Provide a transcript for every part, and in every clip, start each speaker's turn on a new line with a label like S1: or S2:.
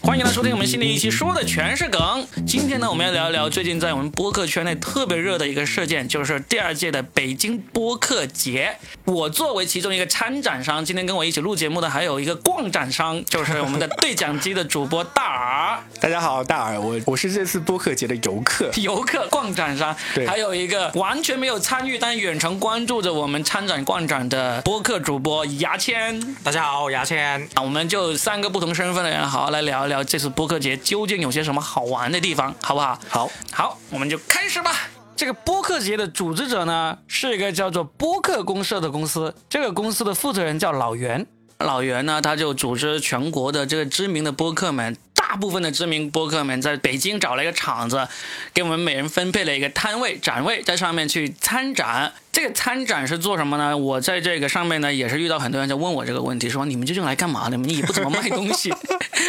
S1: 欢迎来收听我们新的一期，说的全是梗。今天呢，我们要聊一聊最近在我们播客圈内特别热的一个事件，就是第二届的北京播客节。我作为其中一个参展商，今天跟我一起录节目的还有一个逛展商，就是我们的对讲机的主播大耳。
S2: 大家好，大耳，我我是这次播客节的游客。
S1: 游客、逛展商，
S2: 对
S1: 还有一个完全没有参与但远程关注着我们参展逛展的播客主播牙签
S3: 大家好，我牙签。
S1: 啊，我们就三个不同身份的人，好好来聊一聊这次播客节究竟有些什么好玩的地方，好不好？
S2: 好，
S1: 好，我们就开始吧。这个播客节的组织者呢，是一个叫做播客公社的公司，这个公司的负责人叫老袁。老袁呢，他就组织全国的这个知名的播客们，大部分的知名播客们在北京找了一个场子，给我们每人分配了一个摊位、展位，在上面去参展。这个参展是做什么呢？我在这个上面呢，也是遇到很多人在问我这个问题，说你们究竟来干嘛的？你们也不怎么卖东 西，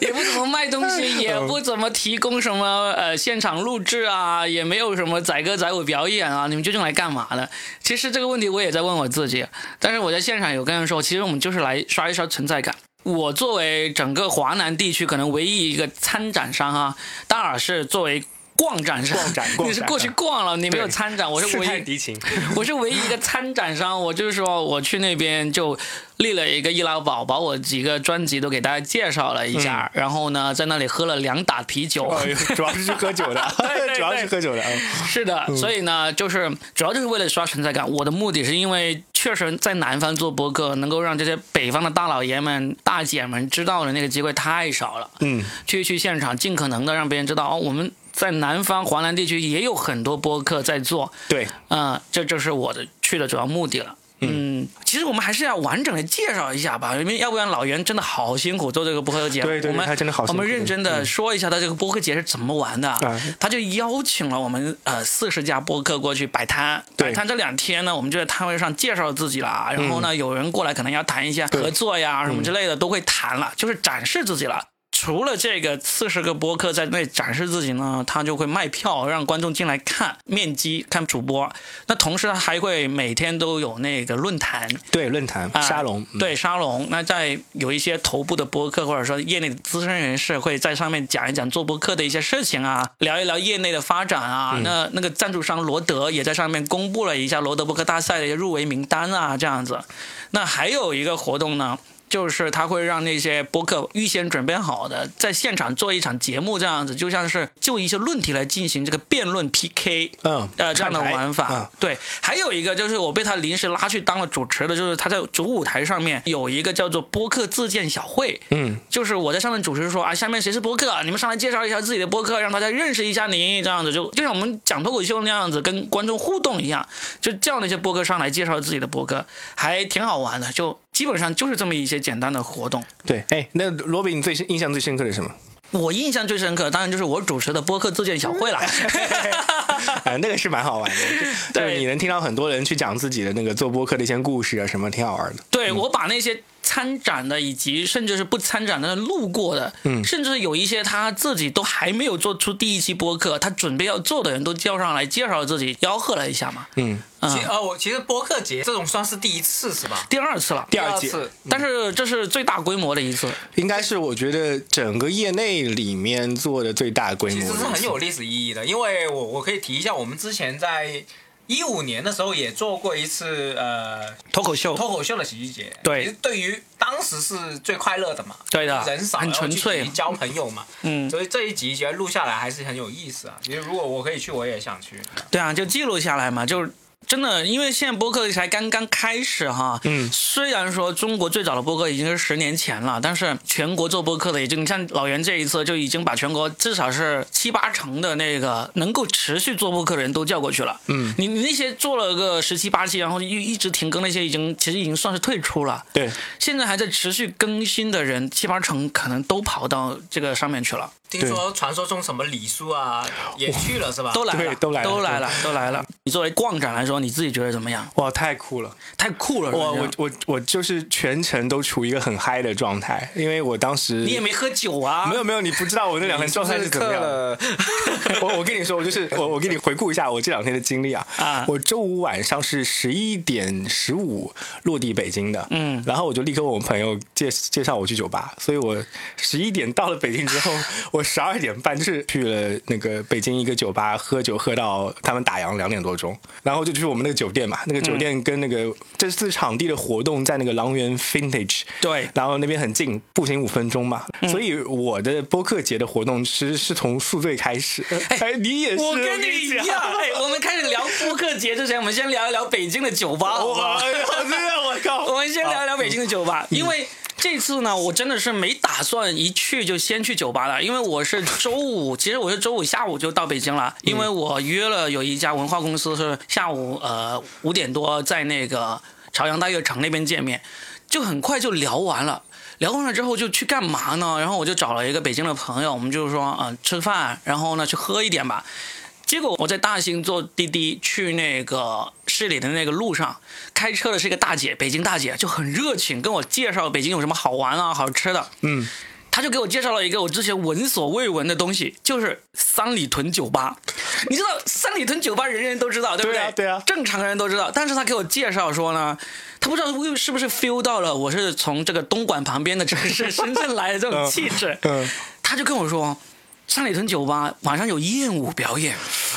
S1: 也不怎么卖东
S2: 嗯
S1: 西，也不怎么提供什么呃现场录制啊，也没有什么载歌载舞表演啊，你们究竟来干嘛的？其实这个问题我也在问我自己，但是我在现场有跟人说，其实我们就是来刷一刷存在感。我作为整个华南地区可能唯一一个参展商啊，大耳是作为逛展商，
S2: 逛展逛展
S1: 你是过去逛了，你没有
S3: 对
S1: 参展，我是
S3: 试
S1: 唯
S3: 探
S1: 一
S3: 敌 情，
S1: 我是唯一一个参展商，我就是说我去那边就立了一个易拉宝，把我几个专辑都给大家介绍了一下，然后呢，在那里喝了两打啤酒。
S2: 嗯哎呦主要是去喝酒 的
S1: 对对，
S2: 主要是喝酒的。嗯
S1: 是的，所以呢，就是主要就是为了刷存在感。我的目的是因为确实在南方做播客，能够让这些北方的大老爷们、大姐们知道的那个机会太少了。
S2: 嗯，
S1: 去去现场，尽可能的让别人知道哦，我们在南方华南地区也有很多播客在做。
S2: 对，
S3: 啊
S1: 嗯，这就是我的去的主要目的了。嗯，其实我们还是要完整的介绍一下吧，因为要不然老袁真的好辛苦做这个播客节目。
S2: 对对对
S1: 我们
S2: 他真的好辛苦
S1: 我们认真的说一下他这个播客节是怎么玩的。
S2: 啊
S1: 他就邀请了我们呃四十家播客过去摆摊。
S2: 对
S1: 摆摊这两天呢，我们就在摊位上介绍自己了，啊然后呢，有人过来可能要谈一下
S2: 嗯对嗯
S1: 合作呀什么之类的，都会谈了，就是展示自己了。除了这个四十个播客在那里展示自己呢，他就会卖票让观众进来看面基看主播。那同时他还会每天都有那个论坛
S2: 对，论坛
S1: 啊
S2: 沙龙，嗯，
S1: 对沙龙。那在有一些头部的播客或者说业内的资深人士会在上面讲一讲做播客的一些事情啊，聊一聊业内的发展啊。
S2: 嗯
S1: 那那个赞助商罗德也在上面公布了一下罗德播客大赛的一些入围名单啊，这样子。那还有一个活动呢。就是他会让那些播客预先准备好的，在现场做一场节目，这样子就像是就一些论题来进行这个辩论 PK，
S2: 嗯
S1: 呃，这样的
S2: 看台
S1: 玩法，
S2: 嗯
S1: 对，还有一个就是我被他临时拉去当了主持的，就是他在主舞台上面有一个叫做播客自荐小会，
S2: 嗯，
S1: 就是我在上面主持说啊，下面谁是播客，你们上来介绍一下自己的播客，让大家认识一下你，这样子就就像我们讲脱口秀那样子，跟观众互动一样，就叫那些播客上来介绍自己的播客，还挺好玩的，就基本上就是这么一些简单的活动。
S2: 对。哎，那罗比，你最深印象最深刻的是什 么？
S1: 我印象最深刻，当然就是我主持的播客自荐小会了。
S2: 啊，那个是蛮好玩的，就
S1: 对
S2: 是你能听到很多人去讲自己的那个做播客的一些故事啊，什么挺好玩的。
S1: 对，我把那些参展的，以及甚至是不参展的路过的，嗯，甚至有一些他自己都还没有做出第一期播客，他准备要做的人都叫上来介绍自己，吆喝了一下嘛，
S2: 嗯，
S3: 其
S1: 嗯，
S3: 呃，我其实播客节这种算是第一次是吧？
S1: 第二次嗯了，
S2: 第二
S3: 第
S2: 季
S3: 二次
S1: 但是这是最大规模的一次，
S2: 应该是我觉得整个业内里面做的最大
S1: 嗯
S2: 规模的
S3: 其
S2: 一次，
S3: 实是很有历史意义的，因为我我可以提一下，我们之前在一五年的时候也做过一次呃
S1: 脱口秀，
S3: 脱口秀的喜剧节，
S1: 对
S3: 其实对于当时是最快乐的嘛，
S1: 对的
S3: 人少，
S1: 很纯粹啊
S3: 然后去交朋友嘛，
S1: 嗯，
S3: 所以这一集觉得录下来还是很有意思啊。其实如果我可以去，我也想去。
S1: 对啊，就记录下来嘛，就是。真的，因为现在播客才刚刚开始哈，
S2: 嗯
S1: 虽然说中国最早的播客已经是十年前了，但是全国做播客的已经，你像老袁这一次就已经把全国至少是七八成的那个能够持续做播客的人都叫过去了。
S2: 嗯，
S1: 你你那些做了个十七八期，然后又一直停更那些，已经其实已经算是退出了。
S2: 对，
S1: 现在还在持续更新的人，七八成可能都跑到这个上面去了。
S3: 听说传说中什么李叔啊也去了是吧？
S1: 都来了，
S2: 对都来了
S1: 都来了，都来了。你作为逛展来说，你自己觉得怎么样？
S2: 哇，太酷了！
S1: 太酷了！
S2: 我
S1: 是
S2: 我
S1: 不是
S2: 我我就是全程都处于一个很嗨的状态，因为我当时
S1: 你也没喝酒啊？
S2: 没有没有，你不知道我那两天状态是怎么样的。
S3: 了，
S2: 我我跟你说，我就是 我我给你回顾一下我这两天的经历啊。
S1: 啊
S2: 我周五晚上是十一点十五落地北京的，
S1: 嗯
S2: 然后我就立刻问我朋友介介绍我去酒吧，所以我十一点到了北京之 后，我十二点半就是去了那个北京一个酒吧喝酒，喝到他们打烊两点多钟，然后就去我们那个酒店嘛，那个酒店跟那个、这次场地的活动在那个狼园 Vintage，
S1: 对嗯
S2: 然后那边很近，步行五分钟嘛，所以我的播客节的活动其实是从宿醉开始。 哎，你也是，
S1: 我跟你
S2: 你
S1: 一
S2: 讲
S1: 样，哎，我们开始聊播客节之前，我们先聊一聊北京的酒 吧，好不好
S2: 哇，？好真的，我靠！
S1: 我们先聊一聊北京的酒吧，因为这次呢，我真的是没打算一去就先去酒吧了，因为我是周 五，其实我是周五下午就到北京了，因为我约了有一家文化公司是下午呃五点多在那个朝阳大悦城那边见面，就很快就聊完了。聊完了之后就去干嘛呢？然后我就找了一个北京的朋友，我们就是说，嗯、吃饭，然后呢去喝一点吧。结果我在大兴坐滴滴去那个市里的那个路上，开车的是一个大姐，北京大姐就很热情，跟我介绍北京有什么好玩啊、好吃的。
S2: 嗯，
S1: 她就给我介绍了一个我之前闻所未闻的东西，就是三里屯酒吧。你知道三里屯酒吧人人都知道，对不
S2: 对啊对啊
S1: 正常人都知道，但是她给我介绍说呢，她不知道为是不是 feel 到了我是从这个东莞旁边的城市深圳来的这种气质，
S2: 嗯，
S1: 她就跟我说。三里屯酒吧晚上有艳舞表演，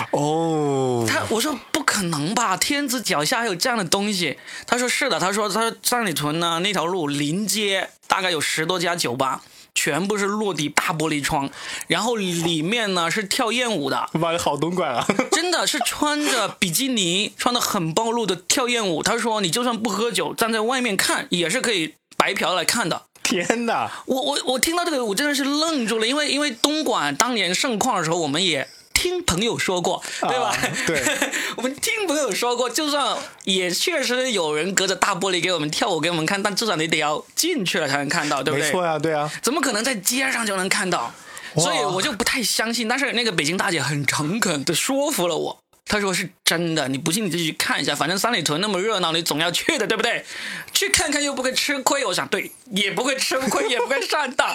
S2: 哦，
S1: 他我说不可能吧，天子脚下还有这样的东西？他说是的，他说他说三里屯呢那条路临街大概有十多家酒吧，全部是落地大玻璃窗，然后里面呢是跳艳舞的，
S2: 妈的好东莞啊！
S1: 真的是穿着比基尼，穿的很暴露的跳艳舞。他说你就算不喝酒，站在外面看也是可以白嫖来看的。
S2: 天哪，
S1: 我我我听到这个，我真的是愣住了，因为因为东莞当年盛况的时候，我们也。听朋友说过，对吧？
S2: 对，
S1: 我们听朋友说过，就算也确实有人隔着大玻璃给我们跳舞给我们看，但至少你得要进去了才能看到，对不
S2: 没
S1: 对？
S2: 错呀、对啊，
S1: 怎么可能在街上就能看到？所以我就不太相信。但是那个北京大姐很诚恳的说服了我，她说是真的，你不信你就去看一下，反正三里屯那么热闹，你总要去的，对不对？去看看又不会吃亏。我想对，也不会吃亏，也不会上当，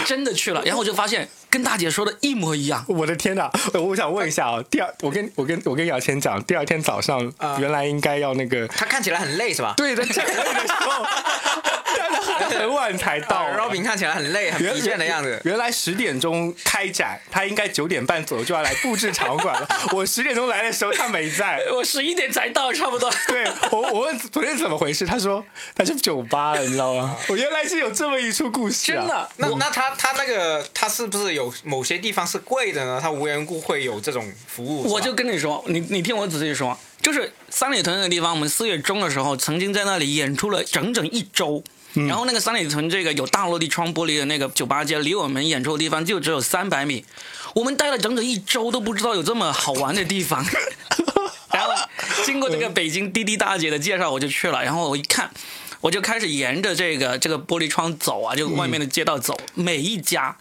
S1: 就真的去了。然后我就发现跟大姐说的一模一样。
S2: 我的天哪！呃我想问一
S1: 哎
S2: 下啊，第二，我跟我跟我跟姚谦讲，第二天早上
S3: 啊
S2: 原来应该要那个。
S3: 他看起来很累是吧？
S2: 对，在站位的时候， 但是他很晚才到
S3: 啊。，Robin 看起来很累、很
S1: 啊
S3: 疲倦的样子。
S2: 原来十点钟开展，他应该九点半左右就要来布置场馆了。我十点钟来的时候，他没在。
S1: 我十一点才到，差不多。
S2: 对我，我问昨天怎么回事，他说他去酒吧了，你知道吗？我原来是有这么一出故事、啊，
S1: 真。的，
S3: 那那他他那个他是不是有某些地方是贵的呢？他无缘故会有这种服务？是吧
S1: 我就跟你说，你你听我仔细说，就是三里屯那个地方，我们四月中的时候曾经在那里演出了整整一周。然后那个三里屯这个有大落地窗玻璃的那个酒吧街，离我们演出的地方就只有三百米，我们待了整整一周都不知道有这么好玩的地方。 然后经过这个北京滴滴大姐的介绍，我就去了。然后我一看，我就开始沿着这个这个玻璃窗走啊，就外面的街道走，每一家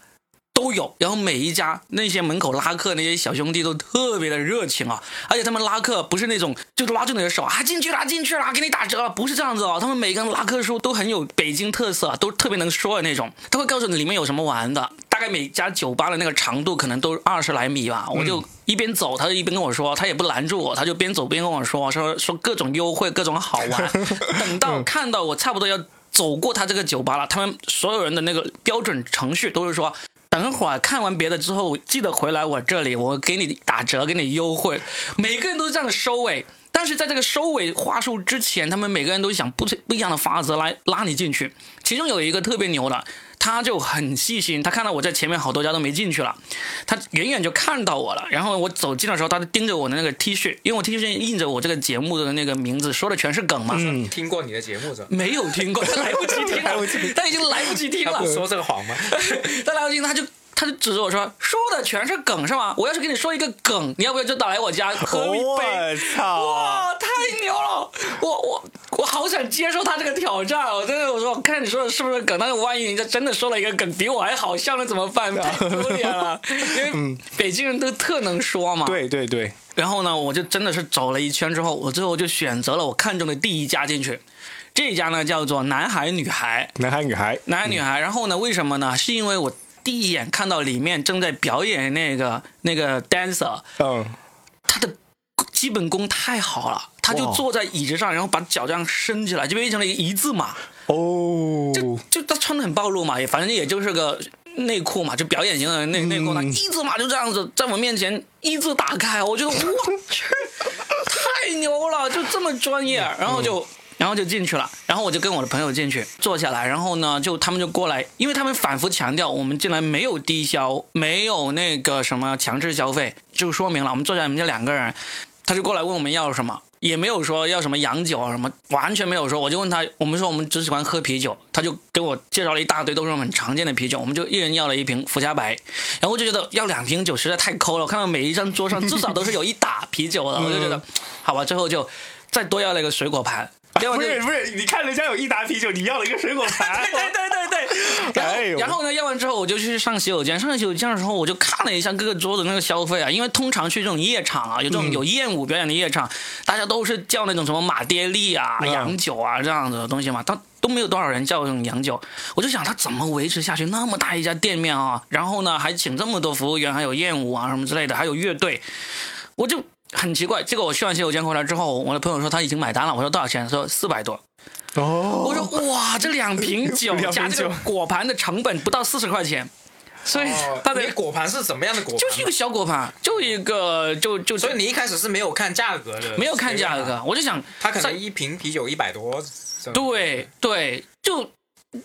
S1: 都有。然后每一家那些门口拉客那些小兄弟都特别的热情啊，而且他们拉客不是那种就拉住你的手啊进去啦进去啦给你打折啊，不是这样子哦。他们每个人拉客说都很有北京特色啊，都特别能说的那种。他会告诉你里面有什么玩的，大概每家酒吧的那个长度可能都二十来米啊吧。我就一边走，他就一边跟我说，他也不拦住我，他就边走边跟我说，说说各种优惠，各种好玩。等到看到我差不多要走过他这个酒吧了，他们所有人的那个标准程序都是说。等会儿看完别的之后，记得回来我这里，我给你打折，给你优惠。每个人都是这样的收尾，但是在这个收尾话术之前，他们每个人都想不不一样的法则来拉你进去。其中有一个特别牛的，他就很细心，他看到我在前面好多家都没进去了，他远远就看到我了。然后我走近的时候，他就盯着我的那个 T 恤，因为我 T 恤印着我这个节目的那个名字，说的全是梗嘛。
S3: 听过你的节目是吧？
S1: 没有听过，他来不及 听啊
S2: 来不
S1: 了，他已经来不及听
S3: 他
S1: 了
S3: 不。说这个谎吗？
S1: 他来不及听，他就他就指着我说：“说的全是梗是吗？我要是跟你说一个
S2: 啊
S1: 梗，你要不要就打来我家喝一杯？”
S2: 我操！
S1: 哇，太牛了！我我我好想接受他这个挑战哦！真的，我说我看你说的是不是梗，但是万一人家真的说了一个梗比我还好笑，那怎么办？太丢脸了， 因为北京人都特能说嘛。。
S2: 对对对，
S1: 然后呢，我就真的是走了一圈之后，我最后就选择了我看中的第一家进去，这一家呢叫做男孩女孩，
S2: 男孩女孩，
S1: 男孩女孩。然后呢，为什么呢？是因为我第一眼看到里面正在表演那个那个 dancer，
S2: 嗯，
S1: 他的基本功太好了，他就
S2: 哇
S1: 坐在椅子上，然后把脚这样伸起来，就变成了一个一字马。
S2: 哦，
S1: 就就他穿的很暴露嘛，也反正也就是个内裤嘛，就表演型的内内裤嘛，一字马就这样子在我面前一字打开，我觉得我去，太牛了，就这么专业，然后就。然后就进去了，然后我就跟我的朋友进去坐下来，然后呢，就他们就过来，因为他们反复强调我们进来没有低消，没有那个什么强制消费，就说明了我们坐下来我们就两个人，他就过来问我们要什么，也没有说要什么洋酒啊什么，完全没有说。我就问他，我们说我们只喜欢喝啤酒，他就给我介绍了一大堆都是我们常见的啤酒，我们就一人要了一瓶伏加白，然后我就觉得要两瓶酒实在太抠了。我看到每一张桌上至少都是有一打啤酒的，我就觉得好吧，最后就再多要了一个水果盘， 结果
S2: 不
S1: 就是
S2: 不是，你看人家有一打啤酒，你要了一个水果盘，
S1: 对对对对对。然后、
S2: 哎呦
S1: 然后呢，要完之后我就去上洗手间。上洗手间的时候，我就看了一下各个桌子那个消费啊，因为通常去这种夜场啊，有
S2: 嗯
S1: 这种有艳舞表演的夜场，大家都是叫那种什么马爹利啊、
S2: 嗯
S1: 洋酒啊这样子的东西嘛，他都没有多少人叫这种洋酒。我就想他怎么维持下去那么大一家店面啊？然后呢，还请这么多服务员，还有艳舞啊什么之类的，还有乐队，我就。很奇怪，结果我去完洗手间回来之后，我的朋友说他已经买单了。我说多少钱？他说四百多。
S2: 哦，
S1: 我说哇，这 两瓶酒
S2: 两瓶
S1: 加这个
S2: 酒
S1: 果盘的成本不到四十块钱，所以
S3: 哦
S1: 它的
S3: 你果盘是怎么样的果盘？
S1: 就是一个小果盘，就一个就就
S3: 所以你一开始是没有看价格的，
S1: 没有看价
S3: 对吧，
S1: 格，我就想
S3: 他可
S1: 在
S3: 能一瓶啤酒一百多。
S1: 对对，就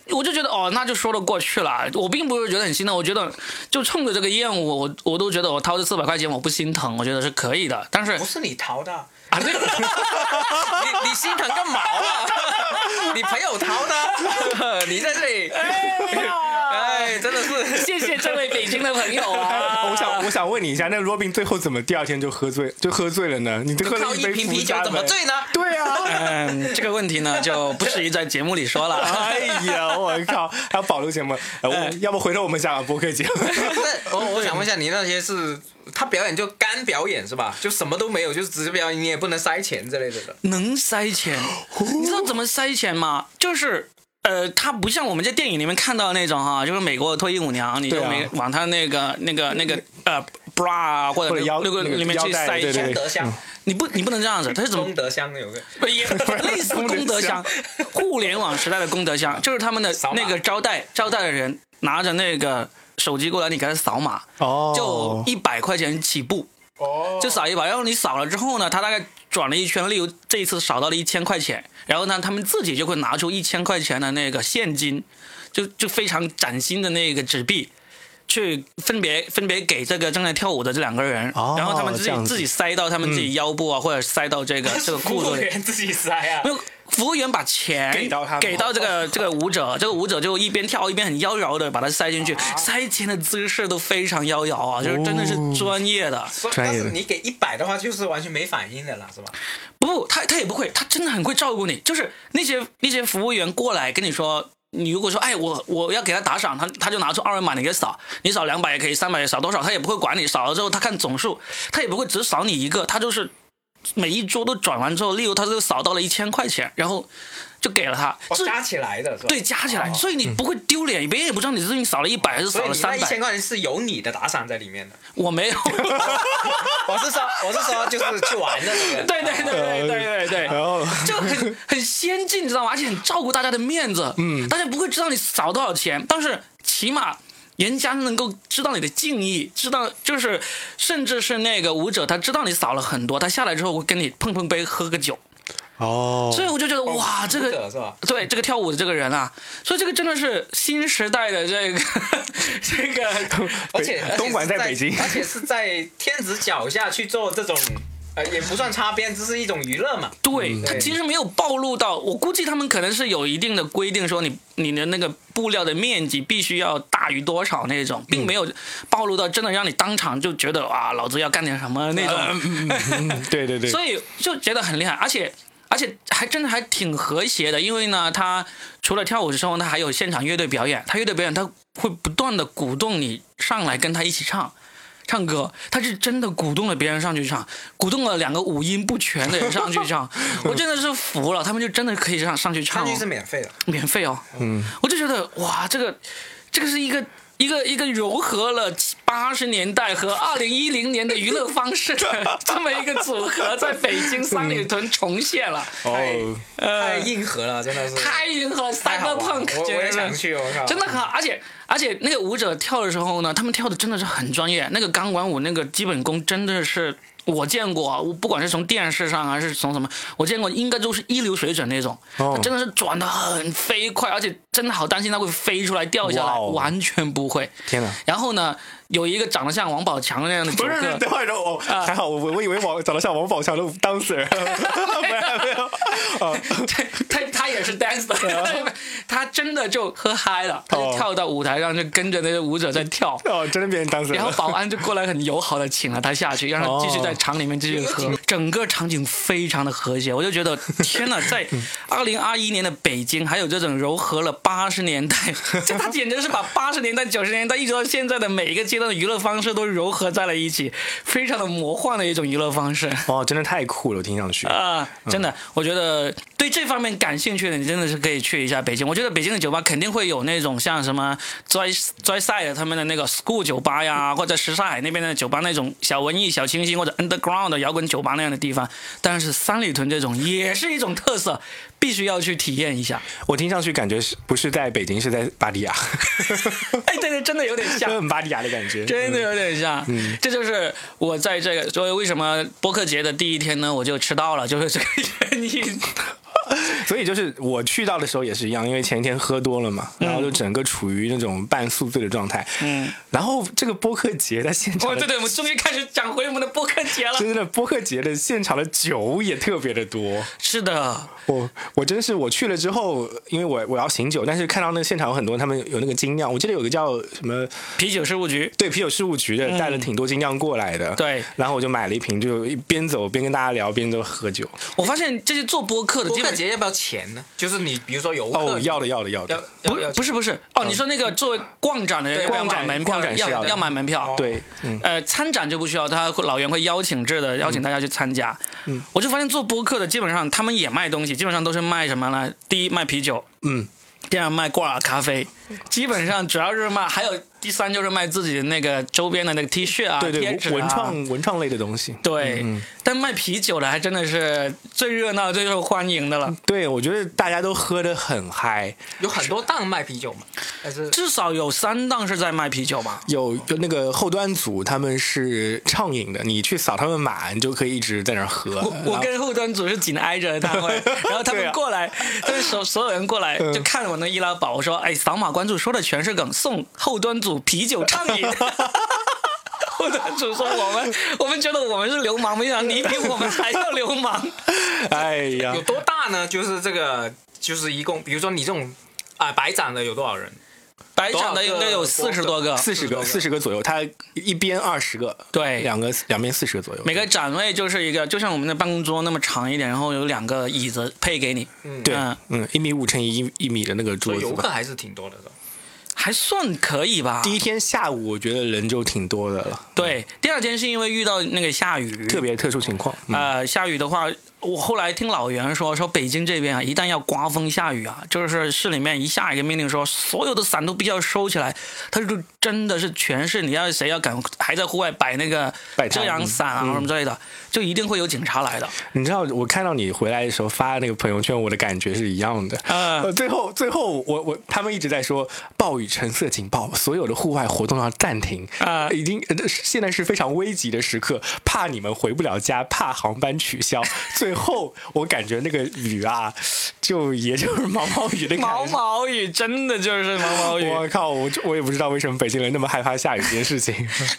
S1: 我就觉得哦，那就说得过去了。我并不是觉得很心疼，我觉得就冲着这个厌恶，我我都觉得我掏这四百块钱我不心疼，我觉得是可以的。但是
S3: 不是你掏的，
S1: 啊，对，
S3: 你你心疼个 毛啊！你朋友掏的， 你在这里，哎，真的是
S1: 谢谢这位北京的朋友啊，
S2: 我想，我想问你一下，那 Robin 最后怎么第二天就喝醉，就喝醉了呢？你都喝
S3: 靠
S2: 了
S3: 一
S2: 杯
S3: 瓶
S2: 伏
S3: 啤酒
S2: 加
S3: 怎么
S2: 呗？
S3: 醉呢？
S2: 对啊，
S1: 嗯，这个问题呢就不适宜在节目里 说了啊。
S2: 哎呀，我靠，还要保留节目，呃，
S3: 哎
S2: 我要不回头我们讲讲播客节目？
S3: 那 我我想问一下，你那些是他表演就干表演是吧？就什么都没有，就只是表演，你也不能塞钱之类的的。
S1: 能塞钱，你知道怎么塞钱吗？就是。呃，它不像我们在电影里面看到的那种哈，就是美国脱衣舞娘，你就
S2: 对啊
S1: 没往她那个、那个、那个呃 bra 啊，或者
S2: 或者腰
S1: 那个
S2: 那个
S1: 里面去
S2: 腰带
S1: 塞一
S2: 对
S1: 下
S2: 对
S3: 功德箱，
S1: 你不你不能这样子，它是怎么
S3: 功德箱有个
S1: 也 类似功德箱，互联网时代的功德箱，就是他们的
S3: 扫码
S1: 那个招待招待的人拿着那个手机过来，你给他扫码，
S2: 哦
S1: 就一百块钱起步，
S3: 哦
S1: 就扫一把，然后你扫了之后呢，他大概转了一圈，例如这一次扫到了一千块钱，然后呢，他们自己就会拿出一千块钱的那个现金，就就非常崭新的那个纸币，去分别分别给这个正在跳舞的这两个人，
S2: 哦
S1: 然后他们自
S2: 这
S1: 己
S2: 样子嗯
S1: 自己塞到他们自己腰部啊，或者塞到这个这个裤 子里，
S3: 自己塞啊
S1: 没有，服务员把钱
S2: 给到他们
S1: 这个这个舞者，这个舞者就一边跳一边很妖娆的把它塞进去，
S2: 啊
S1: 塞钱的姿势都非常妖娆啊，就是真的是
S2: 哦
S1: 专业的。
S3: 所以
S2: 专
S3: 但
S2: 业的
S3: 是你给一百的话，就是完全没反应的了，是吧？
S1: 不，他他也不会，他真的很会照顾你。就是那些那些服务员过来跟你说，你如果说哎我我要给他打赏，他他就拿出二维码你给扫，你扫两百也可以，三百也扫多少，他也不会管你。扫了之后他看总数，他也不会只扫你一个，他就是每一桌都转完之后，例如他就扫到了一千块钱，然后就给了他。
S3: 哦
S1: 这
S3: 加起来的是吧？
S1: 对，加起来，
S3: 哦
S1: 所以你不会丢脸，别人也不知道你是你扫了一百还是
S3: 所
S1: 扫
S3: 以
S1: 了
S3: 你那
S1: 三
S3: 一千
S1: 百。
S3: 块钱是有你的打赏在里面的。
S1: 我没有，
S3: 我是说，我是说，就是去玩的那个。
S1: 对对对
S2: 呃
S1: 对对对对。
S2: 然后
S1: 就很很先进，你知道吗？而且很照顾大家的面子，嗯，大家不会知道你少多少钱，但是起码人家能够知道你的敬意，知道就是甚至是那个舞者他知道你少了很多，他下来之后会跟你碰碰杯喝个酒，
S2: 哦，
S1: 所以我就觉得哇，这
S3: 哦舞
S1: 个
S3: 者是吧？
S1: 对这个跳舞的这个人啊，所以这个真的是新时代的这个 这 个。
S3: 而且
S2: 北东莞在
S3: 而且是
S2: 北京
S3: 而且是在天子脚下去做这种，呃，也不算擦边，这是一种娱乐嘛。
S2: 嗯
S1: 对，他
S3: 对
S1: 其实没有暴露到，我估计他们可能是有一定的规定，说你你的那个布料的面积必须要大于多少那种，
S2: 嗯
S1: 并没有暴露到真的让你当场就觉得啊，老子要干点什么那种，
S2: 嗯对对对，
S1: 所以就觉得很厉害，而且。而且还真的还挺和谐的，因为呢，他除了跳舞之后，他还有现场乐队表演。他乐队表演，他会不断的鼓动你上来跟他一起唱，唱歌。他是真的鼓动了别人上去唱，鼓动了两个五音不全的人上去 唱，我真的是服了，他们就真的可以上上去唱、哦
S3: 看剧。是免费的，
S1: 免费哦。嗯，我就觉得哇，这个这个是一个一个一个糅合了八十年代和二零一零年的娱乐方式的这么一个组合，在北京三里屯重现了，
S3: 哎
S2: 哦，
S3: 太硬核了，真的是
S1: 太迎合
S3: 呃太好玩了
S1: cyberpunk，
S3: 我
S1: 简
S3: 我也
S1: 直
S3: 想去，我靠，
S1: 真的很好，而且而且那个舞者跳的时候呢，他们跳的真的是很专业，那个钢管舞那个基本功真的是我见过啊，我不管是从电视上还是从什么，我见过应该都是一流水准那种，
S2: 哦
S1: 他真的是转的很飞快，而且真的好担心他会飞出来掉下来，
S2: 哇哦
S1: 完全不会。
S2: 天哪！
S1: 然后呢，有一个长得像王宝强那样的
S2: 不
S1: 主
S2: 是，
S1: 歌，
S2: 等会儿我
S3: 啊
S2: 还好，我我以为王长得像王宝强的 dancer，没 有没有， 哦，
S1: 他他他也是 dance 的， 他真的就喝嗨了，他就
S2: 哦
S1: 跳到舞台上就跟着那些舞者在跳。
S2: 哦，真的变成 dancer
S1: 然后
S2: 了。
S1: 保安就过来很友好的请了他下去，让他继续在厂里面继续喝。整个场景非常的和谐，我就觉得天哪，在二零二一年的北京，还有这种糅合了八十年代， 这他简直是把八十年代、九十年代一直到现在的每一个阶段的娱乐方式都糅合在了一起，非常的魔幻的一种娱乐方式。
S2: 哦，真的太酷了，我听上去。
S1: 啊、真的，我觉得对这方面感兴趣的，你真的是可以去一下北京。我觉得北京的酒吧肯定会有那种像什么 Joy Joy Side 他们的那个 School 酒吧呀，或者什刹海那边的酒吧那种小文艺、小清新或者 Underground 的摇滚酒吧那样的地方。但是三里屯这种也是一种特色，必须要去体验一下。
S2: 我听上去感觉是不是在北京，是在巴 黎亚，啊
S1: 哎，对对，真的有点像
S2: 就。很巴黎啊亚的感觉。嗯
S1: 真的有点像。这就是我在这个，所以为什么播客节的第一天呢，我就迟到了，就是这个原因。
S2: 所以就是我去到的时候也是一样，因为前一天喝多了
S1: 嗯
S2: 嘛，然后就整个处于那种半宿醉的状态。嗯，然后这个播客节在现场
S1: 哦，
S2: 的
S1: 对对，我们终于开始讲回我们的播客节了。
S2: 真的播客节的现场的酒也特别的多，
S1: 是的，
S2: 我我真是我去了之后，因为我我要醒酒，但是看到那个现场有很多他们有那个精酿，我记得有个叫什么
S1: 啤酒事务局。
S2: 对啤酒事务局的带了挺多精酿过来的，
S1: 嗯对
S2: 然后我就买了一瓶，就一边走边跟大家聊，边就喝酒。
S1: 我发现这些做播客的
S3: 播
S1: 基
S3: 客
S1: 本
S3: 节要不要钱呢？就是你比如说游客
S2: 哦，要的要的要
S3: 要
S2: 的，
S1: 不
S3: 要要
S1: 不是不是哦，你说那个作为逛展的人
S3: 对
S1: 要
S3: 逛
S1: 买
S3: 展
S1: 门票
S2: 逛展是
S1: 要
S2: 要的
S1: 要买门票，
S2: 对，嗯，
S1: 呃，参展就不需要，他会老袁会邀请制的，邀请大家去参加。嗯，我就发现做播客的基本上他们也卖东西，基本上都是卖什么呢？第一卖啤酒，
S2: 嗯，
S1: 第二卖挂耳咖啡，基本上主要就是卖，还有第三就是卖自己的那个周边的那个 T 恤啊、
S2: 对对，
S1: 贴纸啊、
S2: 文文创文创类的东西。
S1: 对，但卖啤酒的还真的是最热闹、最受欢迎的了。
S2: 对，我觉得大家都喝得很嗨，
S3: 有很多档卖啤酒嘛，但是
S1: 至少有三档是在卖啤酒吧？
S2: 有有那个后端组他们是畅饮的，你去扫他们码，你就可以一直在那儿 喝。
S1: 我我跟后端组是紧挨着的单位，然后他
S2: 对
S1: 们
S2: 啊
S1: 过来，他们所所有人过来
S2: 嗯
S1: 就看我那易拉宝，我说：“哎，扫码关注，说的全是梗，送后端组啤酒畅饮。”后端组说：“我们我们觉得我们是流氓，没想到你比我们还要流氓。
S2: 哎呀
S3: 有，多大呢？就是这个就是一共，比如说你这种啊、白展的有多少人？”
S1: 白场的应该有四十多个，
S2: 四十个，
S3: 四
S2: 四十个左右，它一边二十个，
S1: 对
S2: 两个两边四十个左右，
S1: 每个展位就是一个，就像我们的办公桌那么长一点，然后有两个椅子配给你，
S2: 对
S1: 嗯，
S2: 嗯，一米五乘以一一米的那个
S3: 所
S2: 桌
S3: 以
S2: 子
S3: 游客
S2: 吧。
S3: 还是挺多的，是吧？
S1: 还算可以吧。
S2: 第一天下午，我觉得人就挺多的了，
S1: 对，第二天是因为遇到那个下雨，
S2: 特别特殊情况。嗯
S1: 呃，下雨的话，我后来听老袁说，说北京这边啊，一旦要刮风下雨啊，就是市里面一下一个命令说，所有的伞都必须要收起来。他就真的是全市，你要谁要敢还在户外摆那个
S2: 摆摊
S1: 遮阳伞啊什么之类的，就一定会有警察来的。
S2: 你知道我看到你回来的时候发那个朋友圈，我的感觉是一样的。
S1: 啊
S2: 呃，最后最后我我他们一直在说暴雨橙色警报，所有的户外活动要暂停
S1: 啊
S2: 已经、呃、现在是非常危急的时刻，怕你们回不了家，怕航班 取消。最后我感觉那个雨啊，就也就是毛毛雨的感觉。
S1: 毛毛雨真的就是毛毛雨，
S2: 我靠！我就我也不知道为什么北京人那么害怕下雨这件事情。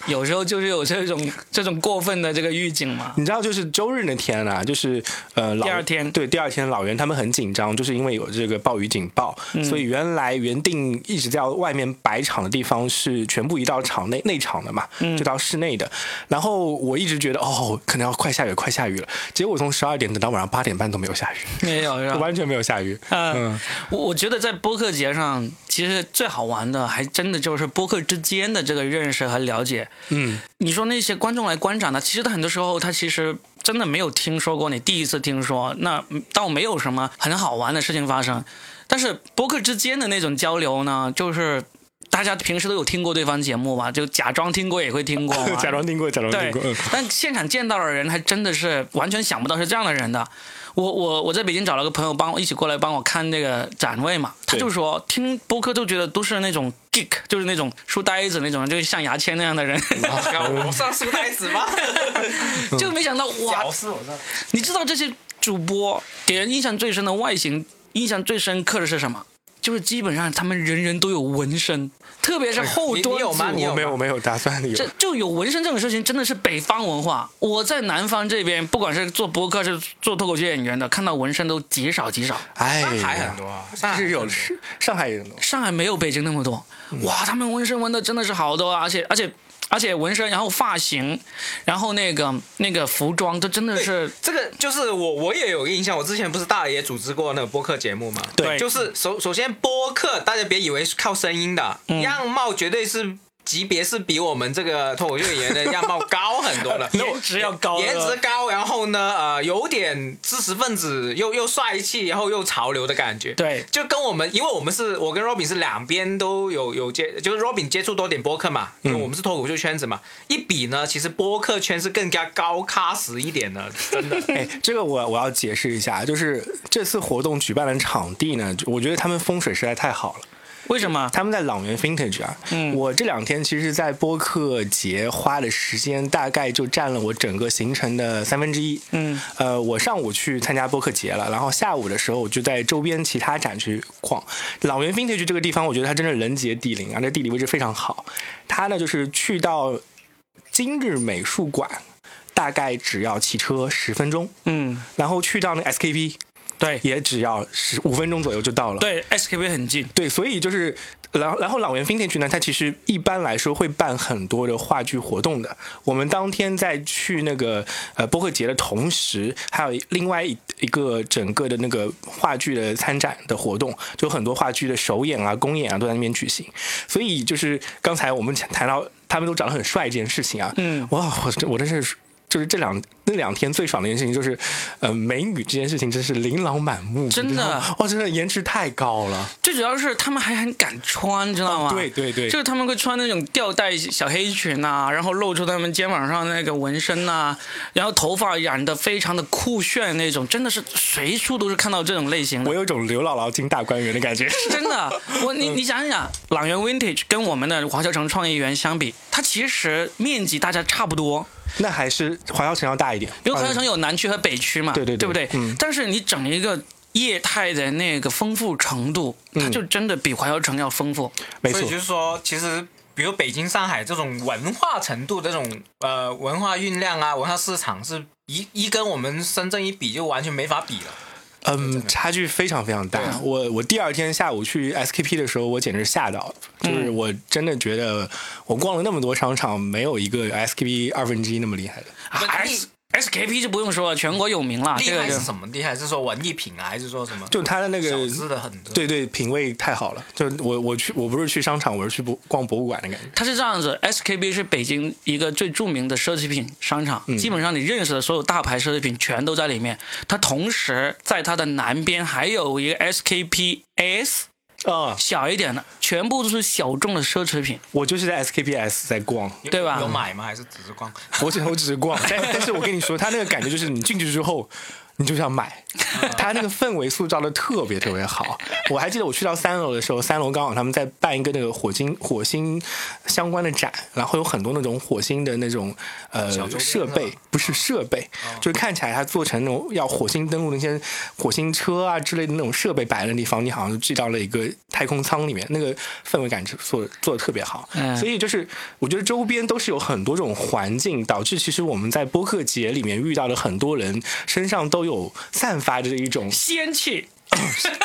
S1: 有时候就是有这种这种过分的这个预警嘛。
S2: 你知道，就是周日那天啊，就是呃，老
S1: 第二天
S2: 对，第二天老袁他们很紧张，就是因为有这个暴雨警报，所以原来原定一直在外面摆场的地方是全部移到场内内场的嘛，就到室内的。然后我一直觉得哦，可能要快下雨，快下雨了。结果从十二点，等到晚上八点半都没有下雨，
S1: 没有是吧？
S2: 完全没有下雨。
S1: 嗯
S2: 嗯，
S1: 我我觉得在播客节上，其实最好玩的还真的就是播客之间的这个认识和了解。
S2: 嗯，
S1: 你说那些观众来观赏的，其实他很多时候他其实真的没有听说过，你第一次听说，那倒没有什么很好玩的事情发生。但是播客之间的那种交流呢，就是大家平时都有听过对方节目吧，就假装听过也会听过嘛，
S2: 假装听过，假装听
S1: 对
S2: 过。嗯，
S1: 但现场见到的人还真的是完全想不到是这样的人的。我我我在北京找了个朋友帮我一起过来帮我看那个展位嘛，他
S2: 对
S1: 就说听播客都觉得都是那种 geek，就是那种书呆子那种，就是像牙签那样的人，
S3: 啊 我上书呆子吗？
S1: 就没想到哇，
S3: 丝 我上。
S1: 你知道这些主播给人印象最深的外形，印象最深刻的是什么？就是基本上他们人人都有纹身，特别是后
S3: 哎你
S1: 端
S3: 你有吗
S1: 组
S3: 你有
S2: 我没有，我没有打算有
S1: 这。就有纹身这种事情，真的是北方文化。我在南方这边，不管是做博客，是做脱口秀演员的，看到纹身都极少极少。
S2: 哎呀，
S3: 海很多啊，上海
S2: 是有嗯是上海也很多。
S1: 上海没有北京那么多。哇，他们纹身纹的真的是好多啊，而且而且而且纹身，然后发型，然后那个那个服装，这真的是
S3: 这个就是我，我也有印象。我之前不是大爷组织过那个播客节目嘛？
S1: 对。
S3: 就是首首先播客，大家别以为是靠声音的，样貌绝对是级别是比我们这个脱口秀演员的样貌高很多的
S2: 哎
S1: 颜值要高了
S3: 颜值高，然后呢，呃，有点知识分子，又又帅气，然后又潮流的感觉。
S1: 对
S3: 就跟我们，因为我们是我跟 Robin 是两边都有有接，就是 Robin 接触多点播客嘛，
S1: 嗯
S3: 因为我们是脱口秀圈子嘛，一比呢，其实播客圈是更加高咖实一点的，真 的。
S2: 哎，这个我我要解释一下，啊就是这次活动举办的场地呢，就我觉得他们风水实在太好了。
S1: 为什么？
S2: 他们在朗园 Vintage 啊，
S1: 嗯
S2: 我这两天其实，在播客节花的时间大概就占了我整个行程的三分之一。
S1: 嗯，
S2: 呃，我上午去参加播客节了，然后下午的时候我就在周边其他展区逛。朗园 Vintage 这个地方，我觉得它真的人杰地灵啊，这地理位置非常好。它呢，就是去到今日美术馆，大概只要骑车十分钟，
S1: 嗯，
S2: 然后去到那个 SKP
S1: 对
S2: 也只要十五分钟左右就到了。
S1: 对，SKP 很近。
S2: 对，所以就是，然后然后朗园 Vintage 呢，它其实一般来说会办很多的话剧活动的。我们当天在去那个呃播客节的同时，还有另外一一个整个的那个话剧的参展的活动，就很多话剧的首演啊、公演啊都在那边举行。所以就是刚才我们谈到他们都长得很帅这件事情啊，
S1: 嗯
S2: 哇，我真我真是。就是这两那两天最爽的一件事情，就是，呃，美女这件事情真是琳琅满目，
S1: 真的
S2: 你知道吗哇、真的颜值太高了。
S1: 最主要是他们还很敢穿，知道吗？
S2: 哦对对对
S1: 就是他们会穿那种吊带小黑裙啊，然后露出他们肩膀上那个纹身呐、然后头发染得非常的酷炫那种，真的是随处都是看到这种类型的
S2: 我。有种刘姥姥进大观园的感觉。
S1: 真的，我
S2: 嗯
S1: 你你想想，朗园 Vintage 跟我们的华侨城创意园相比，它其实面积大家差不多，
S2: 那还是华侨城要大一点，
S1: 因为华侨城有南区和北区嘛，
S2: 对对
S1: 对，
S2: 对
S1: 不对？
S2: 嗯
S1: 但是你整一个业态的那个丰富程度，它就真的比华侨城要丰富。
S2: 嗯没
S3: 所
S2: 错
S3: 以就，是说，其实比如北京、上海这种文化程度、这种呃文化酝酿啊、文化市场是一一跟我们深圳一比就完全没法比了。
S2: 嗯，差距非常非常大。我我第二天下午去 SKP 的时候，我简直吓到了，就是我真的觉得我逛了那么多商场，没有一个 SKP 二分之一那么厉害的。
S1: 啊
S3: 不厉
S1: S SKP 就不用说了，全国有名
S2: 啊
S1: 了，
S3: 厉
S1: 这个
S3: 害
S1: 就是
S3: 什么？厉害是说文艺品啊，还是说什么？
S2: 就它的那
S3: 小
S2: 个，
S3: 资的很多。
S2: 对对，品味太好了。就我我去，我不是去商场，我是去博逛博物馆的感觉。
S1: 它是这样子，SKB 是北京一个最著名的奢侈品商场，
S2: 嗯
S1: 基本上你认识的所有大牌奢侈品全都在里面。它同时在它的南边还有一个 SKPS
S2: 啊、
S1: 小一点的，全部都是小众的奢侈品。
S2: 我就是在 SKPS 在逛，
S3: 有
S1: 对吧
S3: 有买吗？还是只是逛？
S2: 我只我只是逛，但但是我跟你说，他那个感觉就是你进去之后，你就想买，
S3: 啊
S2: 他那个氛围塑造的特别特别好。我还记得我去到三楼的时候，三楼刚好他们在办一个那个火星火星相关的展，然后有很多那种火星的那种呃
S3: 小周边
S2: 设
S3: 是
S2: 备
S3: 吧，
S2: 不是设备，就是看起来它做成那种要火星登陆那些火星车啊之类的那种设备摆的地方，你好像就寄到了一个太空舱里面，那个氛围感做做的特别好。
S1: 嗯
S2: 所以就是我觉得周边都是有很多种环境，导致其实我们在播客节里面遇到的很多人身上都有散发着一种
S1: 仙气，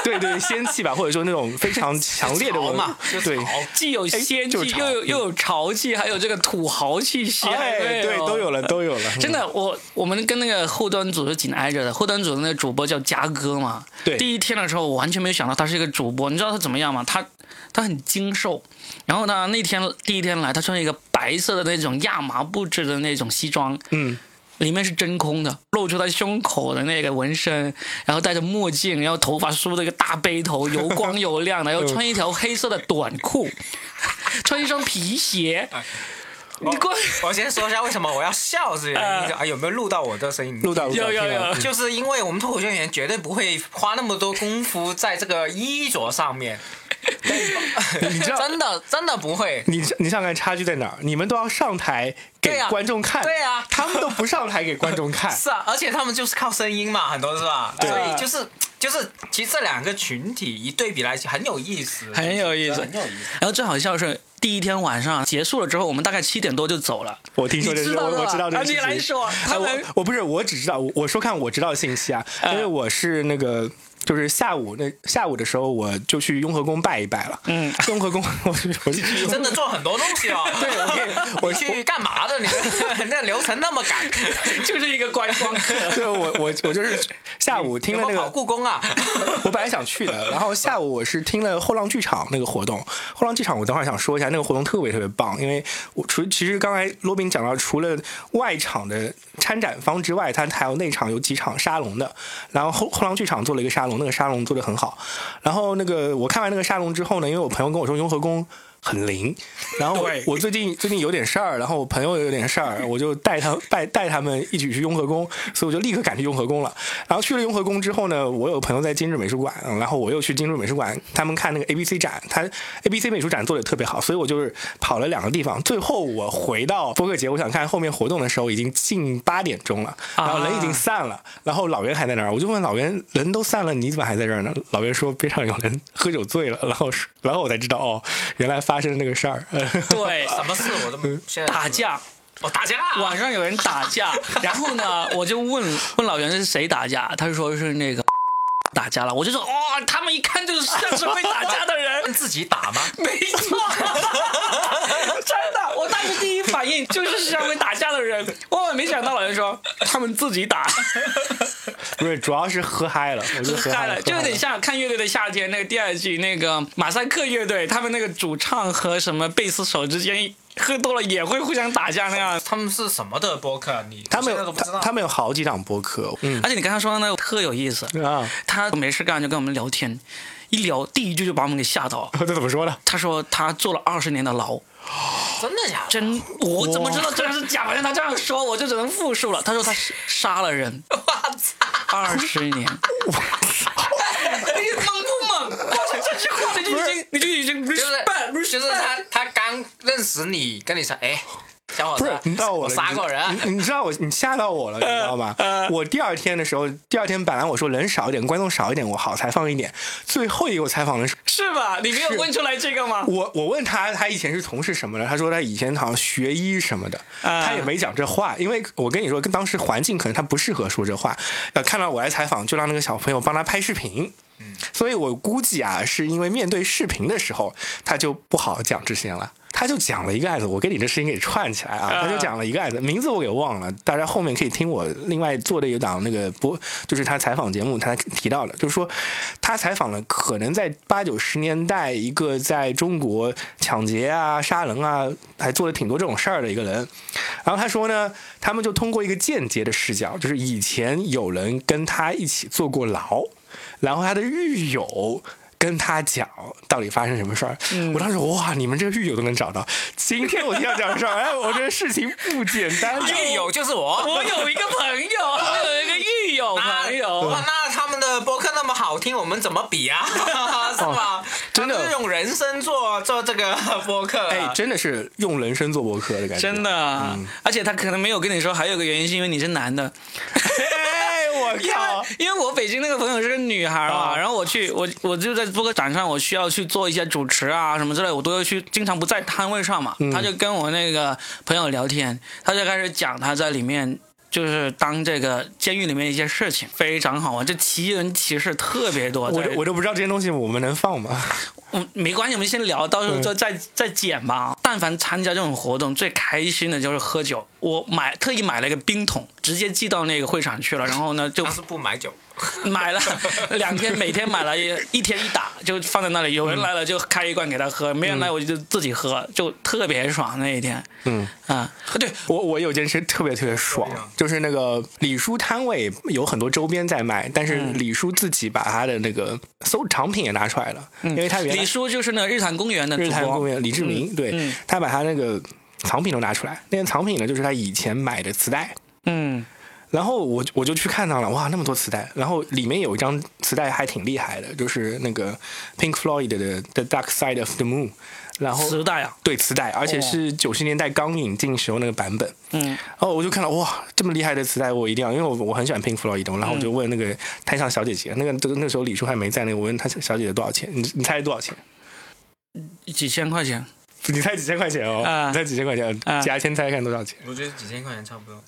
S2: 对对，仙气吧，或者说那种非常强烈的
S3: 潮
S2: 文
S3: 嘛，就
S2: 对
S3: 潮。
S1: 既有仙气
S2: 哎就，潮
S1: 又有又有潮气，还有这个土豪气息，
S2: 哎，
S1: 还
S2: 对，都有了，都有了。
S1: 真的，我我们跟那个后端组是紧挨着的，后端组的那个主播叫嘉哥嘛。
S2: 对
S1: 第一天的时候，我完全没有想到他是一个主播，你知道他怎么样吗？他他很精瘦，然后呢，那天第一天来，他穿一个白色的那种亚麻布制的那种西装，
S2: 嗯，
S1: 里面是真空的，露出他胸口的那个纹身，然后戴着墨镜，然后头发梳了一个大背头，油光油亮的，然后穿一条黑色的短裤， 穿一双皮鞋，
S2: 哎
S1: 你过来。
S3: 我先说一下为什么我要笑是原因，
S1: 呃
S3: 啊有没有录到我的声音？
S2: 录到录
S1: 有
S2: 到
S1: 有有
S3: 就是因为我们脱口秀演员绝对不会花那么多功夫在这个衣着上面，
S2: 你知道
S3: 真的真的不会。
S2: 你你想看差距在哪儿？你们都要上台
S3: 对
S2: 给
S1: 啊
S3: 呀
S2: 观众看，
S3: 对呀。
S2: 他们都不上台给观众看
S3: 是啊，而且他们就是靠声音嘛，很多是吧？
S2: 对
S3: 所以就是就是，其实这两个群体一对比来，很有意思，
S1: 很有意思
S3: 很有意思。
S1: 然后最好笑的是，第一天晚上结束了之后，我们大概七点多就走了。
S2: 我听说这
S1: 你
S2: 是
S1: 知道
S2: 我
S1: 的吧
S2: 我知道这
S1: 啊
S2: 个事
S1: 你
S2: 情。
S1: 来说他
S2: 哎
S1: 们
S2: 我我不是我只知道我我说看我知道的信息啊，
S1: 嗯
S2: 因为我是那个就是下午那下午的时候我就去雍和宫拜一拜了。
S1: 嗯，
S2: 雍和宫 我是我是去雍
S3: 真的做很多东西哦。对，
S2: 我可以我
S3: 去干嘛的？你那流程那么赶，
S1: 就是一个观光 客。
S2: 对我我我就是下午听
S3: 有
S2: 了
S3: 没
S2: 那
S3: 有跑
S2: 个，
S3: 故宫啊？
S2: 我本来想去的，然后下午我是听了后浪剧场那个活动。后浪剧场我等会儿想说一下，那个活动特别特别棒，因为我除其实刚才罗宾讲到，除了外场的参展方之外，它还有内场有几场沙龙的。然后后后浪剧场做了一个沙龙，那个沙龙做的很好。然后那个我看完那个沙龙之后呢，因为我朋友跟我说雍和宫。很灵，然后我
S1: 对
S2: 我最近最近有点事儿，然后我朋友也有点事儿，我就带他带带他们一起去雍和宫，所以我就立刻赶去雍和宫了。然后去了雍和宫之后呢，我有朋友在金日美术馆，嗯然后我又去金日美术馆，他们看那个 A B C 展，他 A B C 美术展做的特别好，所以我就是跑了两个地方。最后我回到播客节，我想看后面活动的时候，已经近八点钟了，然后人已经散了，然后老袁还在那儿，我就问老袁，人都散了，你怎么还在这儿呢？老袁说边上有人喝酒醉了，然 后是然后我才知道哦，原来发生了那个事儿。
S1: 对，
S3: 什么事我都现在
S1: 打，架，
S3: 哦打架啊，
S1: 晚上有人打架，然后呢，我就问问老袁是谁打架，他就说是那个 打架了，我就说哦，他们一看就是像是会打架的人，
S3: 自己打吗？
S1: 没 错，真的，我当时第一反应就是像会打架的人，万万没想到老袁说他们自己打。
S2: 不是，主要是喝嗨了，我就
S1: 喝嗨
S2: 嗨
S1: 了，就有点像看《乐队的夏天》那个第二季，那个马赛克乐队，他们那个主唱和什么贝斯手之间喝多了也会互相打架那样。
S3: 他们是什么的播客？你
S2: 他们
S3: 我现在都
S2: 有
S3: 不知
S2: 他
S3: 道。
S2: 他们有好几档播客，嗯
S1: 而且你刚才说的那个特有意思，
S2: 啊，
S1: 他没事干就跟我们聊天，一聊第一句就把我们给吓到。
S2: 这怎么说呢？
S1: 他说他坐了二十年的牢，
S3: 真的假的？
S1: 真我怎么知道真的是假的？但他这样说，我就只能复述了。他说他杀了人
S3: 我操！
S1: 二十 年，哎你猛不猛？我说这句话你就已经你就已经
S3: 就是
S1: respect
S3: 就是他他刚认识你，跟你说，哎，小伙
S2: 不是
S3: 子，，
S2: 你知道我
S3: 我
S2: 了
S3: 杀过人啊，呃
S2: 你你知道我，你吓到我了，你知道吗？我第二天的时候，第二天本来我说人少一点，观众少一点，我好采访一点。最后一个我采访的是
S1: 是吧？你没有问出来这个吗？
S2: 我，我问他他以前是从事什么的，他说他以前好像学医什么的，
S1: 啊
S2: 他也没讲这话，因为我跟你说，跟当时环境可能他不适合说这话。呃，看到我来采访，就让那个小朋友帮他拍视频。
S1: 嗯
S2: 所以我估计啊，是因为面对视频的时候，他就不好讲这些了。他就讲了一个案子，我跟你这事情给串起来啊。他就讲了一个案子，名字我给忘了，大家后面可以听我另外做的有档那个播，就是他采访节目，他提到了，就是说他采访了可能在八九十年代一个在中国抢劫啊、杀人啊，还做了挺多这种事儿的一个人。然后他说呢，他们就通过一个间接的视角，就是以前有人跟他一起坐过牢，然后他的狱友。跟他讲到底发生什么事儿，我当时哇，你们这个狱友都能找到。今天我听到这样的事儿，哎，我这个事情不简单。
S3: 狱 友就是 我。
S1: 我有一个朋友， 我有一个狱友
S3: 那
S1: 朋友，
S3: 哎那他们的播客那么好听，我们怎么比啊？ 是吧？
S2: 哦真的
S3: 他们是用人生做做这个播客、啊
S2: 哎，真的是用人生做博客的感觉，
S1: 真。的。啊而且他可能没有跟你说，还有个原因是因为你是男的。
S2: 哎，我
S1: 因为
S2: 靠！
S1: 因为我北京那个朋友是个女孩嘛，
S2: 啊
S1: 然后我去我我就在播客展上，我需要去做一些主持啊什么之类，我都要去，经常不在嗯摊位上嘛。他就跟我那个朋友聊天，他就开始讲他在里面。就是当这个监狱里面一些事情，非常好玩。这奇人奇事特别多，
S2: 我
S1: 在
S2: 都我都不知道这些东西我们能放吗？
S1: 嗯，没关系，我们先聊，到时候再再再剪吧。但凡参加这种活动，最开心的就是喝酒。我买特意买了一个冰桶，直接寄到那个会场去了。然后呢，就
S3: 当时不买酒，
S1: 买了两天，每天买了一一天一打，就放在那里。有人来了就开一罐给他喝，没人来我就自己喝，就特别爽那一天。嗯啊，对，
S2: 我我有件事特别特别爽，就是那个李叔摊位有很多周边在卖，但
S1: 嗯
S2: 是李叔自己把他的那个收藏品也拿出来了，因为他原
S1: 嗯
S2: 来
S1: 李叔就是那个日坛公园的主
S2: 日坛公
S1: 播，
S2: 园李志明，对、
S1: 嗯
S2: 他把他那个藏品都拿出来，那件藏品呢就是他以前买的磁带。
S1: 嗯，
S2: 然后我我就去看到了，哇，那么多磁带，然后里面有一张磁带还挺厉害的，就是那个 Pink Floyd 的《The Dark Side of the Moon》，然后
S1: 磁带啊，
S2: 对磁带，而且是九十年代刚引进时候那个版本。
S1: 嗯，
S2: 哦，我就看到哇，这么厉害的磁带，我一定要，因为我我很喜欢 Pink Floyd 嘛然后
S1: 嗯
S2: 我就问那个摊上小姐姐，那个那个时候李叔还没在那个，我问她小姐姐多少钱，你你猜多少钱？
S1: 几千块钱，
S2: 你猜几千块钱哦？
S1: 啊
S2: 你猜几千块钱？
S1: 啊
S2: 贾先猜看多少钱？
S3: 我觉得几千块钱差不多。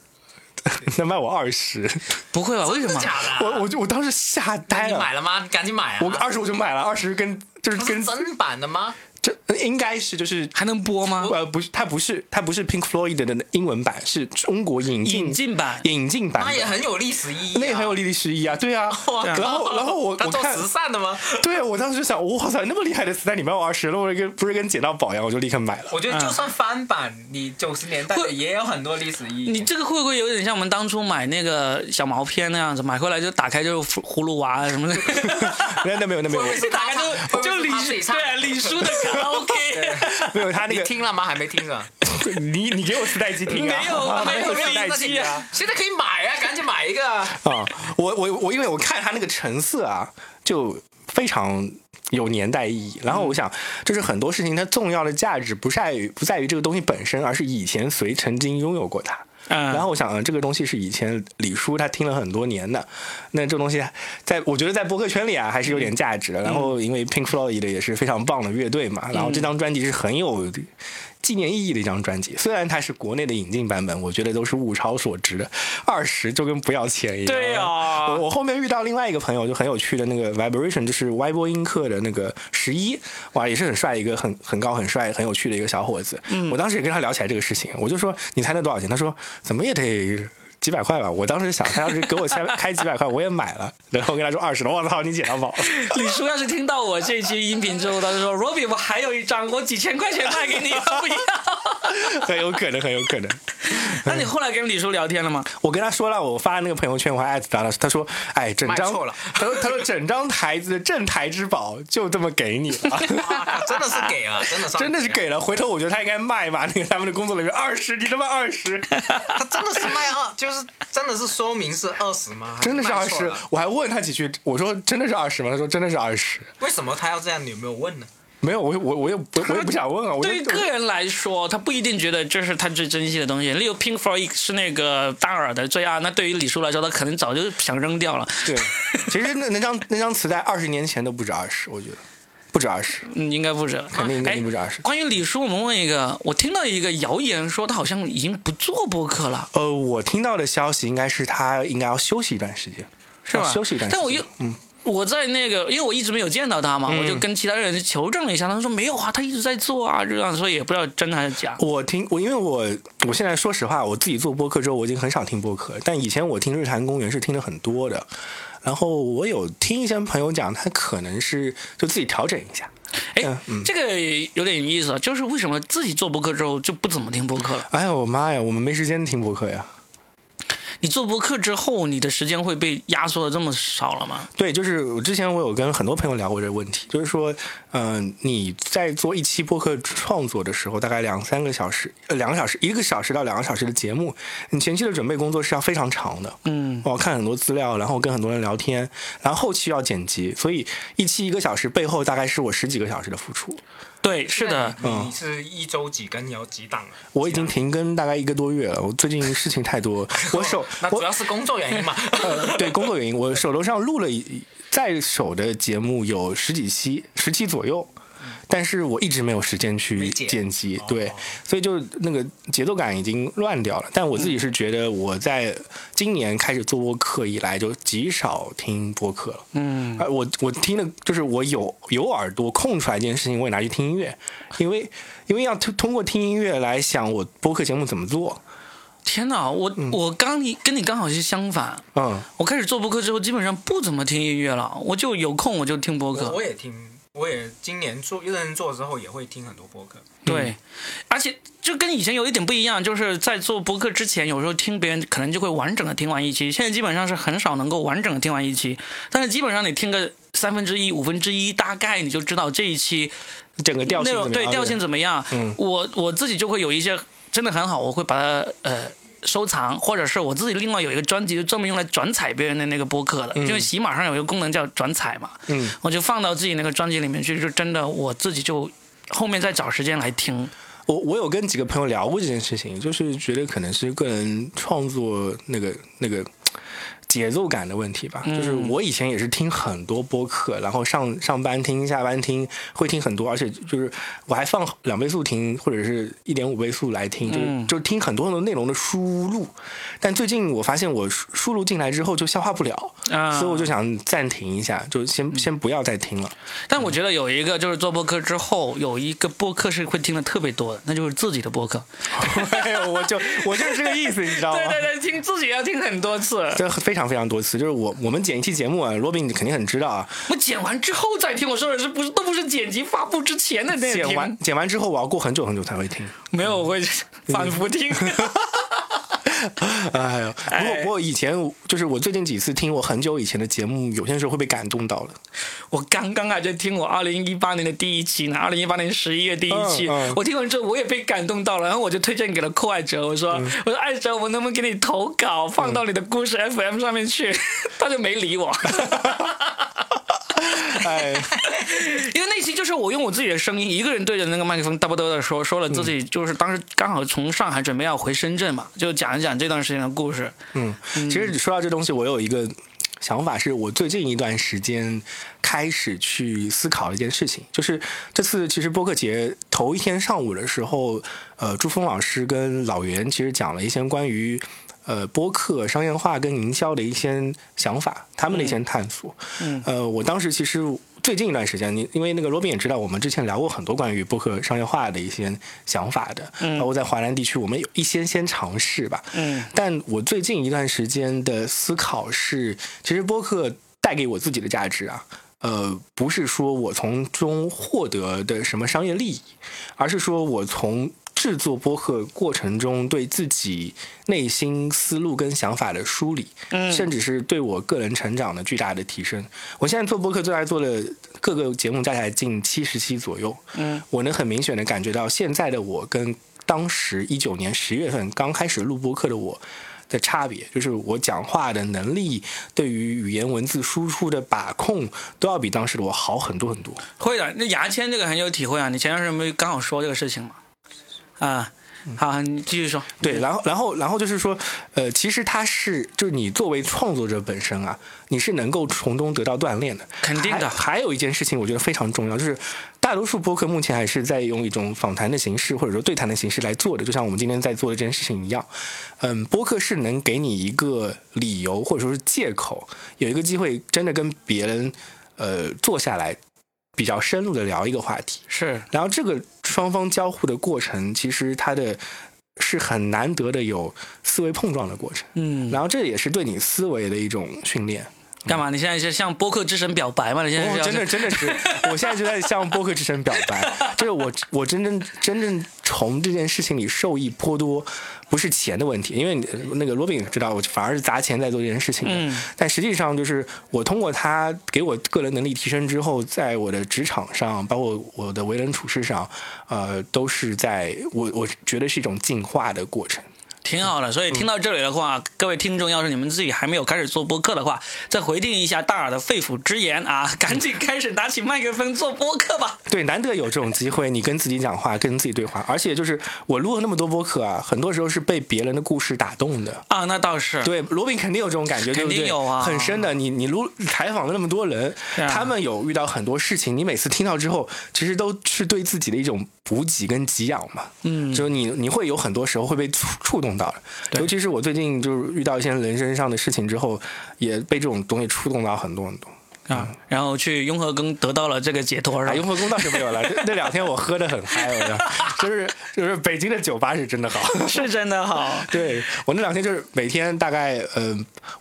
S2: 能卖我二十，
S1: 不会吧？
S2: 哦
S1: 为什么？
S3: 的
S2: 我我就我当时吓呆
S3: 你买
S2: 了，
S3: 了吗？你赶紧买啊！
S2: 我二十我就买了，二十跟就是
S3: 它是
S2: 跟
S3: 真版的吗？
S2: 这应该是就是。
S1: 还能播吗？
S2: 呃，不是，它不是，它不是 Pink Floyd 的英文版，是中国引进
S1: 引进版哎
S2: 引进版本，
S3: 那也很有历史意义、啊，
S2: 那也很有历史意义啊，对啊。
S3: 哇靠。
S2: 然后，然后 我
S3: 他
S2: 我
S3: 做
S2: 看
S3: 慈，善的吗？
S2: 对我当时就想，哇塞，那么厉害的磁带，你卖我二十了，我跟不是跟捡到宝一样，我就立刻买了。
S3: 我觉得就算翻版，
S2: 嗯
S3: 你九十年代的也有很多历史意义。
S1: 你这个会不会有点像我们当初买那个小毛片那样子，买回来就打开就是葫芦娃啊什么的，
S2: 那那没有，那没有，
S3: 会
S1: 打开就就李
S3: 他自己
S1: 叔
S3: 唱
S1: 对啊李叔的卡拉 OK，
S2: 没有，他那
S3: 你
S2: 个
S3: 听了吗？还没听 哎啊？
S2: 你你给我磁带机听啊，
S1: 没有没有
S2: 我磁带
S1: 没有
S2: 机啊。
S3: 现在可以买啊，赶紧买一个啊！
S2: 啊、我我我，因为我看他那个成色啊，就非常有年代意义。然后我想，就是很多事情它重要的价值不在于不在于这个东西本身，而是以前谁曾经拥有过它。
S1: 嗯
S2: 然后我想，嗯，这个东西是以前李叔他听了很多年的，那这东西在我觉得在播客圈里啊还是有点价值的。然后因为 Pink Floyd 的也是非常棒的乐队嘛，然后这张专辑是很有纪念意义的一张专辑。虽然它是国内的引进版本，我觉得都是物超所值的，二十就跟不要钱一样。
S1: 对呀
S2: 我我后面遇到另外一个朋友，就很有趣的那个 Vibration，就是歪波音课的那个十一，哇，也是很帅一个很很高很帅很有趣的一个小伙子。
S1: 嗯
S2: 我当时也跟他聊起来这个事情，我就说你猜那多少钱？他说怎么也得。几百块吧，我当时想，他要是给我开 开几百块，我也买了。然后我跟他说二十了，我操，你捡到宝了！
S1: 李叔要是听到我这期音频之后，他就说 Robbie 我还有一张，我几千块钱卖给你，要不要？
S2: 很有可能，很有可能。
S1: 那你后来跟李叔聊天了吗？
S2: 我跟他说了，我发那个朋友圈，我还艾特他了。他说：“哎，整张
S3: 卖错了
S2: 他说他说整张台子的镇台之宝就这么给你 了。”
S3: 哇真的是给了，真的是
S2: 真的是，给了。回头我觉得他应该卖吧，那个他们的工作人员二十，你他妈二 十，
S3: 他啊真的是卖二，就是真的是说明是二十吗？还
S2: 真的是
S3: 卖
S2: 二
S3: 错
S2: 十
S3: 了。
S2: 我还问他几句，我说真的是二十吗？他说真的是二十。
S3: 为什么他要这样？你有没有问呢？我
S2: 没有，我我我也不我也不想问啊。我就
S1: 对于个人来说，他不一定觉得这是他最珍惜的东西。例如 Pink Floyd 是那个大耳的最啊爱，那对于李叔来说，他可能早就想扔掉了。
S2: 对，其实那那张那张磁带二十年前都不止二十，我觉得不止二十。
S1: 嗯，应该不止，
S2: 肯定应该不止
S1: 哎
S2: 20
S1: 关于李叔，我们问一个，我听到一个谣言说他好像已经不做播客了，
S2: 呃，我听到的消息应该是他应该要休息一段时间，
S1: 是吧？
S2: 要哦休息一段时间。嗯
S1: 但我又，我在那个，因为我一直没有见到他嘛，我就跟其他人求证了一下，他说没有啊，他一直在做啊，这样，所以也不知道真的还是假。
S2: 我听我，因为我我现在说实话，我自己做播客之后，我已经很少听播客了，但以前我听日坛公园是听的很多的。然后我有听一些朋友讲，他可能是就自己调整一下。
S1: 哎，
S2: 嗯
S1: 这个有点意思，啊，就是为什么自己做播客之后就不怎么听播客了？
S2: 哎呀，我妈呀，我们没时间听播客呀。
S1: 你做播客之后，你的时间会被压缩的这么少了吗？
S2: 对，就是我之前我有跟很多朋友聊过这个问题，就是说，嗯、你在做一期播客创作的时候，大概两三个小时，呃，两个小时，一个小时到两个小时的节目，你前期的准备工作是要非常长的。嗯，我要看很多资料，然后跟很多人聊天，然后后期要剪辑，所以一期一个小时背后大概是我十几个小时的付出。
S1: 对，是的，
S3: 你你是一周几更，你要几档啊？
S2: 嗯我已经停更大概一个多月了，我最近事情太 多，我手
S3: 啊那
S2: 我
S3: 主要是工作 原因嘛。
S2: 呃，对，工作原因，我手头上录了一在手的节目有十几期，十期左右。但是我一直没有时间去
S3: 嗯没剪哦
S2: 剪辑，对，所以就那个节奏感已经乱掉了。但我自己是觉得，我在今年开始做播客以来，就极少听播客了。
S1: 嗯，
S2: 啊，我我听的就是我有有耳朵空出来一件事情，我也拿去听音乐，因为因为要通通过听音乐来想我播客节目怎么做。
S1: 天哪，我、我刚你跟你刚好是相反，
S2: 嗯，
S1: 我开始做播客之后，基本上不怎么听音乐了，我就有空我就听播
S3: 我
S1: 客。
S3: 我也听，我也今年做认真做之后，也会听很多播客。
S1: 对，而且就跟以前有一点不一样，就是在做播客之前，有时候听别人可能就会完整的听完一期，现在基本上是很少能够完整的听完一期，但是基本上你听个三分之一、五分之一，大概你就知道这一期
S2: 整个调
S1: 内
S2: 性
S1: 容
S2: 怎么
S1: 对
S2: 样？
S1: 调性怎么样。
S2: 嗯
S1: 我我自己就会有一些真的很好，我会把它呃收藏，或者是我自己另外有一个专辑就专门用来转采别人的那个播客的，因为喜马上有一个功能叫转采嘛，
S2: 嗯，
S1: 我就放到自己那个专辑里面去，就真的我自己就后面再找时间来听。
S2: 我我有跟几个朋友聊过这件事情，就是觉得可能是个人创作那个那个节奏感的问题吧。
S1: 嗯
S2: 就是我以前也是听很多播客，然后上上班听、下班听，会听很多，而且就是我还放两倍速听或者是一点五倍速来听，就是、
S1: 嗯
S2: 就听很多很多内容的输入。但最近我发现我输输入进来之后就消化不了，
S1: 啊
S2: 所以我就想暂停一下，就先先不要再听了。
S1: 但我觉得有一个就是做播客之后，有一个播客是会听的特别多的，那就是自己的播客。
S2: 我就我就是这个意思，你知道吗？
S1: 对，听自己要听很多次，
S2: 这非常非常多次，就是我我们剪一期节目啊，罗宾你肯定很知道啊。
S1: 我剪完之后再听，我说的是不是都不是剪辑发布之前的那
S2: 剪完剪完之后，我要过很久很久才会听。
S1: 没有，我会反复听。
S2: 哎呦，不过
S1: 哎
S2: 不过以前就是我最近几次听我很久以前的节目，有些时候会被感动到了。
S1: 我刚刚还在听我二零一八年的第一期呢，二零一八年十一月第一期，
S2: 嗯嗯
S1: 我听完之后我也被感动到了，然后我就推荐给了酷爱哲，我说、
S2: 嗯
S1: 我说爱哲，我能不能给你投稿放到你的故事
S2: 嗯
S1: FM 上面去？ 他就没理 我。
S2: 哎，
S1: 因为那期就是我用我自己的声音，一个人对着那个麦克风嘚啵嘚的说，说了自己就是当时刚好从上海准备要回深圳嘛，就讲一讲这段时间的故事。
S2: 嗯，其实你说到这东西，我有一个想法，是我最近一段时间开始去思考的一件事情，就是这次其实播客节头一天上午的时候，呃，朱峰老师跟老袁其实讲了一些关于。呃，播客商业化跟营销的一些想法，他们的一些探索。
S1: 嗯
S2: 呃，我当时其实最近一段时间，你因为那个罗宾也知道，我们之前聊过很多关于播客商业化的一些想法的。嗯，包括在华南地区，我们有一些先尝试吧。
S1: 嗯，
S2: 但我最近一段时间的思考是，其实播客带给我自己的价值啊，呃，不是说我从中获得的什么商业利益，而是说我从制作播客过程中对自己内心思路跟想法的梳理，
S1: 嗯
S2: 甚至是对我个人成长的巨大的提升。我现在做播客最爱做的各个节目加起来近七十期左右，
S1: 嗯，
S2: 我能很明显的感觉到现在的我跟当时一九年十月份刚开始录播客的我。的差别就是我讲话的能力，对于语言文字输出的把控，都要比当时的我好很多很多。
S1: 会的，那牙签这个很有体会啊，你前段时间不是刚好说这个事情嘛？啊，好，你继续说。
S2: 嗯对，然后然后然后就是说，呃，其实它是就是你作为创作者本身啊，你是能够从中得到锻炼的，
S1: 肯定的
S2: 还还有一件事情，我觉得非常重要，就是大多数播客目前还是在用一种访谈的形式或者说对谈的形式来做的，就像我们今天在做的这件事情一样。嗯，播客是能给你一个理由或者说是借口，有一个机会真的跟别人呃坐下来比较深入的聊一个话题。
S1: 是，
S2: 然后这个双方交互的过程，其实它的是很难得的有思维碰撞的过程。
S1: 嗯，
S2: 然后这也是对你思维的一种训练。
S1: 干嘛？你现在是向播客之神表白吗？你现在是
S2: 哦
S1: 要、，
S2: 真的真的是， 我现在就在向播客之神表白，就是我我真正真正从这件事情里受益颇多，不是钱的问题，因为你那个罗宾也知道，我反而是砸钱在做这件事情的。
S1: 嗯
S2: 但实际上就是我通过他给我个人能力提升之后，在我的职场上，包括我的为人处事上，呃，都是在我我觉得是一种进化的过程。
S1: 挺好的。所以听到这里的话，各位听众，要是你们自己还没有开始做播客的话，再回听一下大耳的肺腑之言 啊，赶紧开始拿起麦克风做播客吧。
S2: 对，难得有这种机会，你跟自己讲话，跟自己对话，而且就是我录了那么多播客啊，很多时候是被别人的故事打动的。
S1: 啊，那倒 是，
S2: 对，罗宾肯定有这种感觉，对
S1: 肯
S2: 不
S1: 定
S2: 对？
S1: 有啊
S2: 很深的。你你录采访了那么多人，
S1: 对啊
S2: 他们有遇到很多事情，你每次听到之后，其实都是对自己的一种补给跟给养嘛。嗯，就是你你会有很多时候会被触触动到的，尤其是我最近就是遇到一些人身上的事情之后，也被这种东西触动到很多很多。嗯
S1: 啊，然后去雍和宫得到了这个解脱，
S2: 啊，
S1: 然
S2: 雍
S1: 后
S2: 和宫倒是没有了，这那两天我喝的很嗨，我的，就是就是北京的酒吧是真的好。
S1: 是真的好。
S2: 对我那两天就是每天大概呃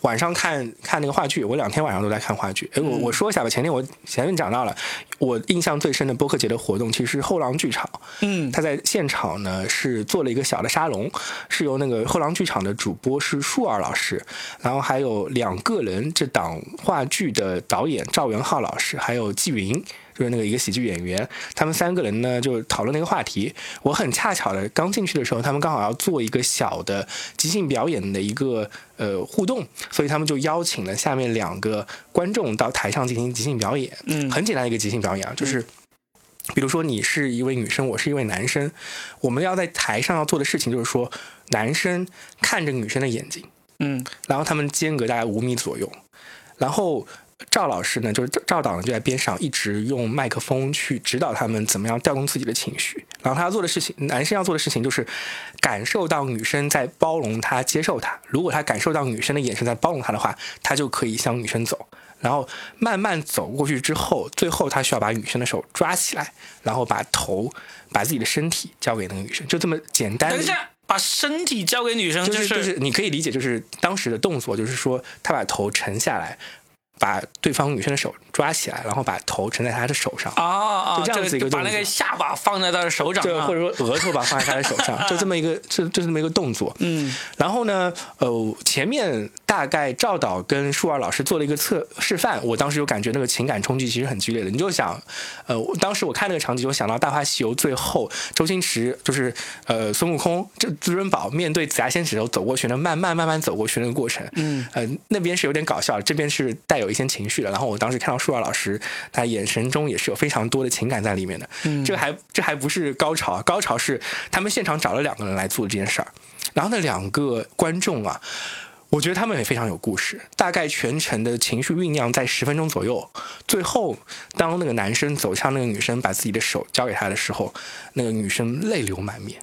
S2: 晚上看看那个话剧，我两天晚上都在看话剧。哎，我我说一下吧，前天我前面讲到了，我印象最深的播客节的活动其实是后浪剧场，
S1: 嗯
S2: 他在现场呢是做了一个小的沙龙，是由那个后浪剧场的主播是舒尔老师，然后还有两个人这档话剧的导演赵元浩老师，还有纪云。就是那个一个喜剧演员，他们三个人呢就讨论那个话题。我很恰巧的刚进去的时候，他们刚好要做一个小的即兴表演的一个呃互动，所以他们就邀请了下面两个观众到台上进行即兴表演。
S1: 嗯
S2: 很简单的一个即兴表演啊，就是。比如说，你是一位女生，我是一位男生，我们要在台上要做的事情就是说，男生看着女生的眼睛，
S1: 嗯
S2: 然后他们间隔大概五米左右，然后赵老师呢，就是赵赵导呢就在边上一直用麦克风去指导他们怎么样调动自己的情绪。然后他要做的事情，男生要做的事情就是感受到女生在包容他、接受他。如果他感受到女生的眼神在包容他的话，他就可以向女生走。然后慢慢走过去之后，最后他需要把女生的手抓起来，然后把头、把自己的身体交给那个女生，就这么简单。
S1: 等一下，把身体交给女生，、
S2: 嗯就是是就是你可以理解，就是当时的动作，就是说他把头沉下来，把对方女生的手抓起来，然后把头沉在她的手上，
S1: 啊啊，
S2: 就这样子一个
S1: 把
S2: 动
S1: 那
S2: 作
S1: 个下巴放在她的手掌
S2: 就
S1: 上，
S2: 或者说额头把放在她的手上，就这么一个，就就这么一个动作。
S1: 嗯
S2: 然后呢，呃，前面大概赵导跟舒尔老师做了一个测示范，我当时有感觉那个情感冲击其实很剧烈的。你就想，呃，我当时我看那个场景，我想到《大话西游》最后周星驰就是呃孙悟空这至尊宝面对紫霞仙子的时候走过去，那慢慢慢慢走过去那个过程，嗯，呃，那边是有点搞笑，这边是带有一些情绪的。然后我当时看到舒尔老师，他眼神中也是有非常多的情感在里面的。嗯，这还这还不是高潮，高潮是他们现场找了两个人来做这件事儿。然后那两个观众啊，我觉得他们也非常有故事。大概全程的情绪酝酿在十分钟左右，最后当那个男生走向那个女生，把自己的手交给她的时候，那个女生泪流满面。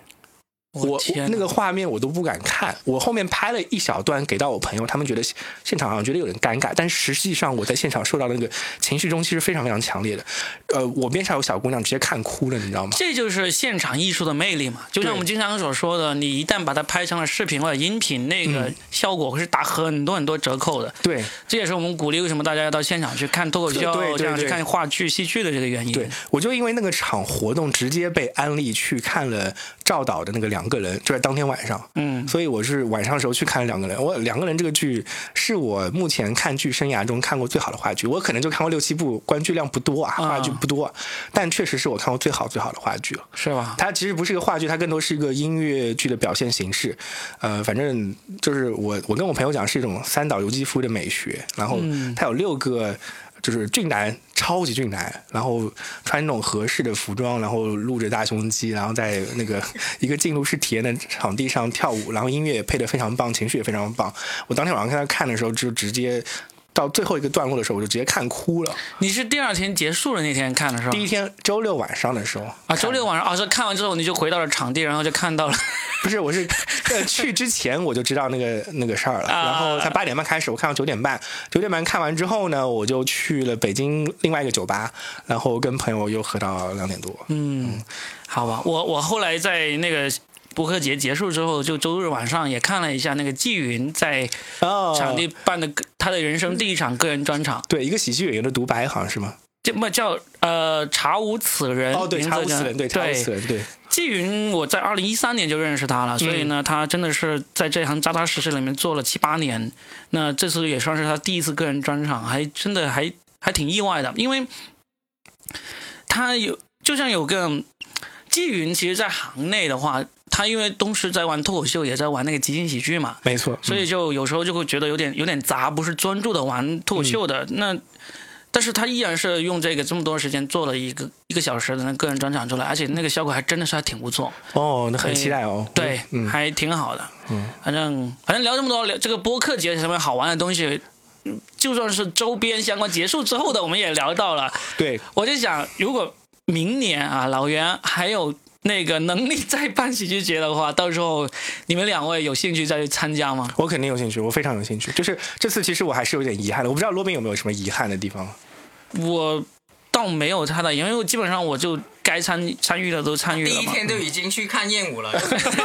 S1: 我
S2: 我
S1: 天哪
S2: 那个画面我都不敢看，我后面拍了一小段给到我朋友，他们觉得现场好像觉得有点尴尬，但实际上我在现场受到的那个情绪中其实非常非常强烈的。呃，我边上有小姑娘直接看哭了，你知道吗？
S1: 这就是现场艺术的魅力嘛，就像我们经常所说的，你一旦把它拍成了视频或者音频，那个
S2: 嗯
S1: 效果是打很多很多折扣的。
S2: 对，
S1: 这也是我们鼓励为什么大家要到现场去看脱口秀
S2: 对对，对
S1: 这样去
S2: 对
S1: 看话剧、戏剧的这个原因。
S2: 对，我就因为那个场活动，直接被安利去看了赵导的那个《两个人》，就在当天晚上。
S1: 嗯
S2: 所以我是晚上的时候去看《两个人》。我《两个人》这个剧是我目前看剧生涯中看过最好的话剧，我可能就看过六七部，观剧量不多啊，
S1: 啊
S2: 话剧不多，但确实是我看过最好最好的话剧了。
S1: 是吧？
S2: 它其实不是一个话剧，它更多是一个音乐剧的表现形式。呃，反正就是我我跟我朋友讲是一种三岛由纪夫的美学，然后它有六个。就是俊男，超级俊男，然后穿那种合适的服装，然后露着大胸肌，然后在那个一个进入式体验的场地上跳舞，然后音乐也配得非常棒，情绪也非常棒。我当天晚上看他看的时候，就直接到最后一个段落的时候，我就直接看哭了。
S1: 你是第二天结束的那天看的是吧？
S2: 第一天周六晚上的时候
S1: 啊，周六晚上啊，是看完之后你就回到了场地，然后就看到了。
S2: 不是，我是呃去之前我就知道那个 那个事儿了，
S1: 啊
S2: 然后他八点半开始，我看到九点半，九点半看完之后呢，我就去了北京另外一个酒吧，然后跟朋友又喝到两点多。
S1: 嗯，好吧，我我后来在那个博客节结束之后，就周日晚上也看了一下那个纪云在
S2: 哦，嗯
S1: 场地办的个他的人生第一场个人专场，
S2: 对，一个喜剧演员的独白好像是吗？
S1: 这么叫呃查无此人
S2: 哦，
S1: 嗯
S2: 对，
S1: 名字
S2: 查无
S1: 叫
S2: 此人，对，查无此人，对，
S1: 纪云，我在二零一三年就认识他了，所以
S2: 嗯
S1: 呢，他真的是在这行扎扎实实里面做了七八年。那这次也算是他第一次个人专场，还真的还还挺意外的，因为他有就像有个纪云，其实在行内的话，他因为东时在玩脱口秀，也在玩那个即兴喜剧嘛，
S2: 没错，嗯
S1: 所以就有时候就会觉得有点有点杂，不是专注的玩脱口秀的、那。但是他依然是用这个这么多时间做了一个一个小时的那个人专场出来，而且那个效果还真的是还挺不错。
S2: 哦，那很期待哦。
S1: 对，
S2: 嗯，
S1: 还挺好的。嗯，反正反正聊这么多，聊这个播客节上面好玩的东西，嗯就算是周边相关结束之后的，我们也聊到了。
S2: 对，
S1: 我就想，如果明年啊，老袁还有那个能力再办喜剧节的话，到时候你们两位有兴趣再去参加吗？
S2: 我肯定有兴趣，我非常有兴趣。就是这次其实我还是有点遗憾的，我不知道罗宾有没有什么遗憾的地方。
S1: 我倒没有太大，因为我基本上我就该参参与的都参与
S4: 第
S1: 了
S4: 一
S1: 嘛。
S4: 天就已经去看燕舞了，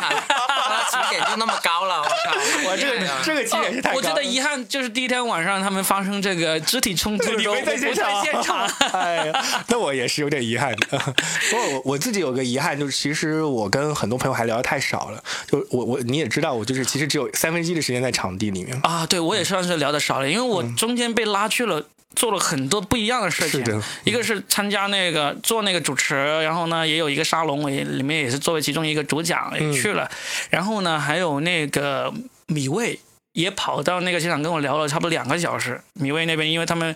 S4: 他起点就那么高了，我靠！
S2: 我这
S3: 哎
S4: 厉害
S2: 个
S4: 啊
S2: 这个起点是太高了、
S1: 哦我觉得遗憾就是第一天晚上他们发生这个肢体冲突的
S2: 你
S1: 时候，我
S2: 没
S1: 不
S2: 在
S1: 在
S2: 现
S1: 现场。
S2: 场，
S1: 啊
S2: 哎呀，那我也是有点遗憾的。不过我我自己有个遗憾，就是其实我跟很多朋友还聊得太少了。就我我你也知道，我就是其实只有三分之一的时间在场地里面。
S1: 啊，对我也算是聊的少了，因为我中间被拉去了。做了很多不一样的事情
S2: 嗯
S1: 啊
S2: 是的，
S1: 一个是参加那个做那个主持，然后呢也有一个沙龙，我也里面也是作为其中一个主讲也去了，然后呢还有那个米未也跑到那个现场跟我聊了差不多两个小时。米未那边因为他们，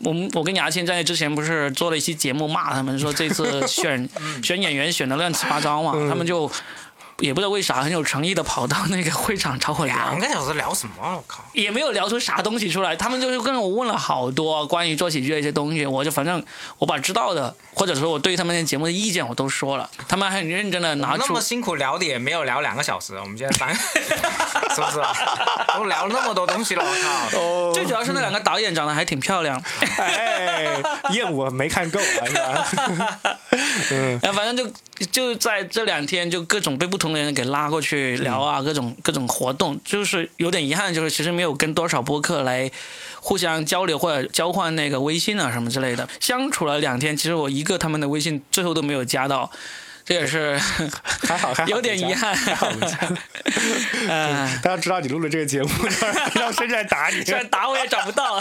S1: 我们我跟牙签在那之前不是做了一期节目骂他们说这次选选演员选的乱七八糟嘛，他们就也不知道为啥很有诚意的跑到那个会场找我聊，
S4: 两个小时聊什么啊？我靠！
S1: 也没有聊出啥东西出来。他们就是跟我问了好多关于做喜剧的一些东西，我就反正我把知道的，或者说我对他们那节目的意见我都说了，他们还很认真的拿
S4: 那
S1: 出
S4: 么。辛苦聊的也没有聊两个小时，我们现在 三，是不是啊？都聊了那么多东西了，我靠！
S2: 哦
S1: 最主要是那两个导演长得还挺漂亮，
S2: 哎，燕我没看够啊，是吧？嗯，
S1: 哎，反正就就在这两天，就各种被不同的人给拉过去聊
S2: 嗯
S1: 啊，各种各种活动，就是有点遗憾，就是其实没有跟多少播客来互相交流或者交换那个微信啊什么之类的。相处了两天，其实我一个他们的微信最后都没有加到，这也 是
S2: 还好还好，
S1: 有点遗憾
S2: 还好没加。
S1: 嗯，
S2: 大家知道你录了这个节目，让深圳来打你。
S1: 虽然打我也找不 到。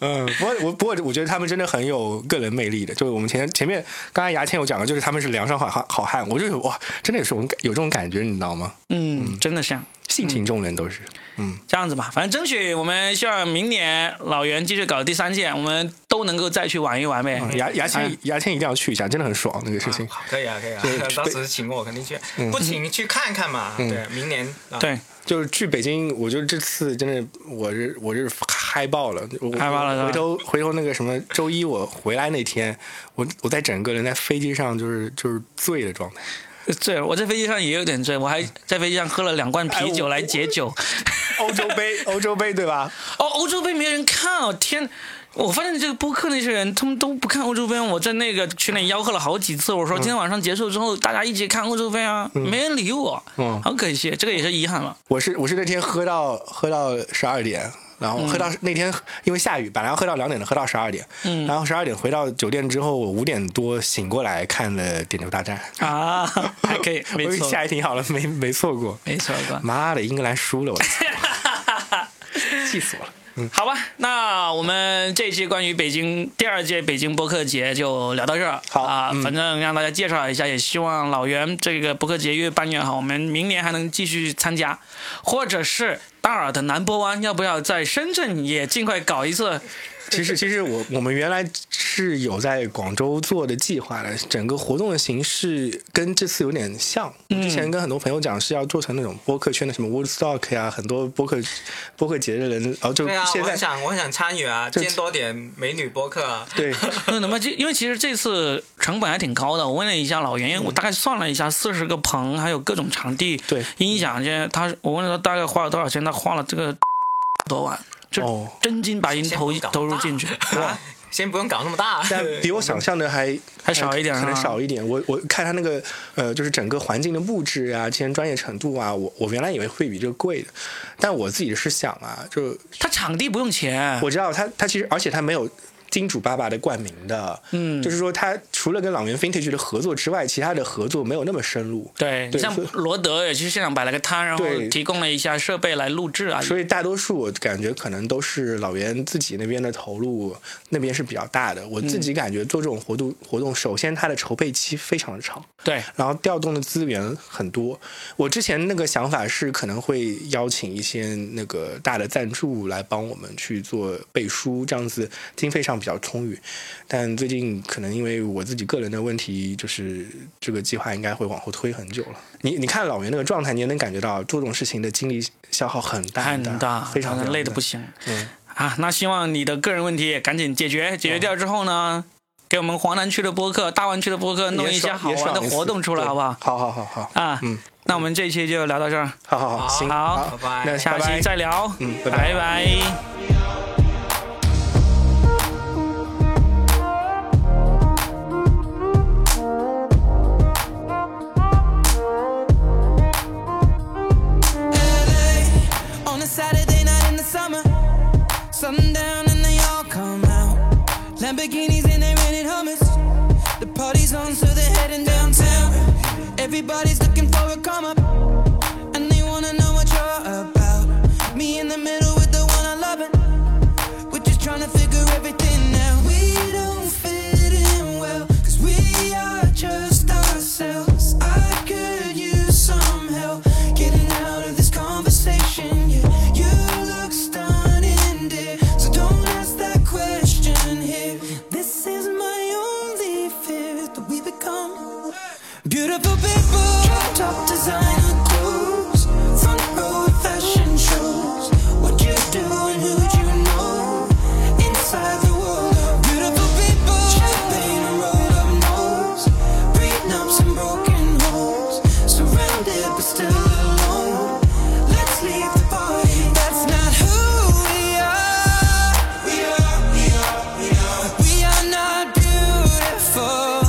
S2: 嗯，不过我不过我觉得他们真的很有个人魅力的，就是我们前前面刚才牙签有讲的，就是他们是梁山好汉好汉，我就有哇，真的有这种有这种感觉，你知道吗？
S1: 嗯，真的像
S2: 性情中人都是，嗯，
S1: 这样子吧，反正争取我们希望明年老袁继续搞第三届，我们都能够再去玩一玩呗。
S2: 啊牙牙签牙签一定要去一下，真的很爽那个事情。
S4: 好可以啊，可以啊
S2: 对，
S4: 到时请我肯定去，
S2: 嗯
S4: 不请去看看嘛。对，明年啊
S1: 对，
S2: 就是去北京，我就这次真的，我是我是嗨爆了，我
S1: 嗨爆了是吧
S2: 回头回头那个什么，周一我回来那天，我我在整个人在飞机上就是就是醉的状态。
S1: 醉，我在飞机上也有点醉，我还在飞机上喝了两罐
S2: 哎
S1: 啤酒来解酒。
S2: 欧洲杯，欧洲杯对吧？
S1: 哦，欧洲杯没人看哦，天！我发现这个播客那些人，他们都不看欧洲杯。我在那个群里吆喝了好几次，我说
S2: 嗯
S1: 今天晚上结束之后，大家一起看欧洲杯啊，没人理我，
S2: 嗯
S1: 好可惜，这个也是遗憾了。
S2: 我是我是那天喝到喝到十二点，然后喝到、那天因为下雨，本来要喝到两点的，喝到十二点，
S1: 嗯
S2: 然后十二点回到酒店之后，我五点多醒过来看了《点球大战》，
S1: 啊，还可以，没
S2: 我
S1: 错，
S2: 下一挺好了，没没错过。
S1: 没错，哥。
S2: 妈的，英格兰输了，我操 气死我了！嗯
S1: 好吧，那我们这一期关于北京第二届北京播客节就聊到这儿。
S2: 好
S1: 啊、
S2: 嗯
S1: 反正让大家介绍一下，也希望老袁这个播客节越办越好，我们明年还能继续参加，或者是大耳的南波湾要不要在深圳也尽快搞一次？
S2: 其实，其实我我们原来是有在广州做的计划的，整个活动的形式跟这次有点像。之前跟很多朋友讲是要做成那种播客圈的什么 Woodstock 呀、很多播客播客节的人，然后就
S4: 对啊，我
S2: 现在
S4: 很想，我很想参与啊，
S2: 就
S4: 见多点美女播客啊。
S2: 对
S1: 那那么这因为其实这次成本还挺高的，我问了一下老袁，因为我大概算了一下，四十个棚还有各种场地、
S2: 对
S1: 音响这些，他我问了他大概花了多少钱，他花了这个多万，就
S2: 哦
S1: 真金白银投
S4: 先不搞
S1: 投入进去。
S4: 啊，先不用搞那么大，
S2: 但比我想象的还
S1: 还少一点
S2: 可能
S1: 是吧
S2: 少一点。我我看他那个呃，就是整个环境的布置啊，之前专业程度啊，我我原来以为会比这个贵的，但我自己是想啊，就
S1: 他场地不用钱，
S2: 我知道他他其实而且他没有金主爸爸的冠名的，嗯，就是说他除了跟朗园 Vintage 的合作之外，其他的合作没有那么深入，
S1: 对，
S2: 对
S1: 像
S2: 所以
S1: 罗德也去现场摆了个摊，然后
S2: 对
S1: 提供了一下设备来录制啊。
S2: 所以大多数我感觉可能都是老袁自己那边的投入，那边是比较大的。我自己感觉做这种活动活动，首先它的筹备期非常的长，
S1: 对，
S2: 然后调动的资源很多。我之前那个想法是可能会邀请一些那个大的赞助来帮我们去做背书，这样子经费上比较充裕。但最近可能因为我自己个人的问题，就是这个计划应该会往后推很久了。你你看老袁那个状态，你也能感觉到做这种事情的精力消耗很大
S1: 很大，
S2: 非常
S1: 真的
S2: 非常
S1: 累的不行。啊，那希望你的个人问题也赶紧解决，
S2: 哦
S1: 解决掉之后呢，给我们华南区的播客、大湾区的播客
S2: 也
S1: 弄一些
S2: 爽
S1: 好
S2: 也
S1: 玩的
S2: 爽一次
S1: 活动出来，
S2: 对
S1: 好不好？
S2: 好好好好，
S1: 啊，
S2: 嗯，
S1: 那我们这一期就聊到这儿，
S2: 好好好，行，
S1: 好
S2: 好，
S4: 拜拜
S2: 那
S1: 下
S2: 拜拜
S1: 期再聊，
S2: 嗯拜拜
S1: 拜拜
S5: LA on a Saturday night in the summer. Sundown and they all come out. Lamborghinis and they rented hummus. The party's on, so they're heading downtown. Everybody's looking for a come up, and they wanna know what you're about. Me in the middle with the one I love it. We're just trying to figure everything out. We don't fit in well, cause we are just ourselves. I could use some help getting out of this conversation. Yeah, you look stunning, dear. So don't ask that question here. This is my only fear that we become beautiful people. Top designer clothes, front row of fashion shows. What you do and who'd you know inside the world of beautiful people. Champagne and rolled up nose, prenups and broken homes, surrounded but still alone. Let's leave the party. That's not who we are. We are, we are, we are. We are not beautiful.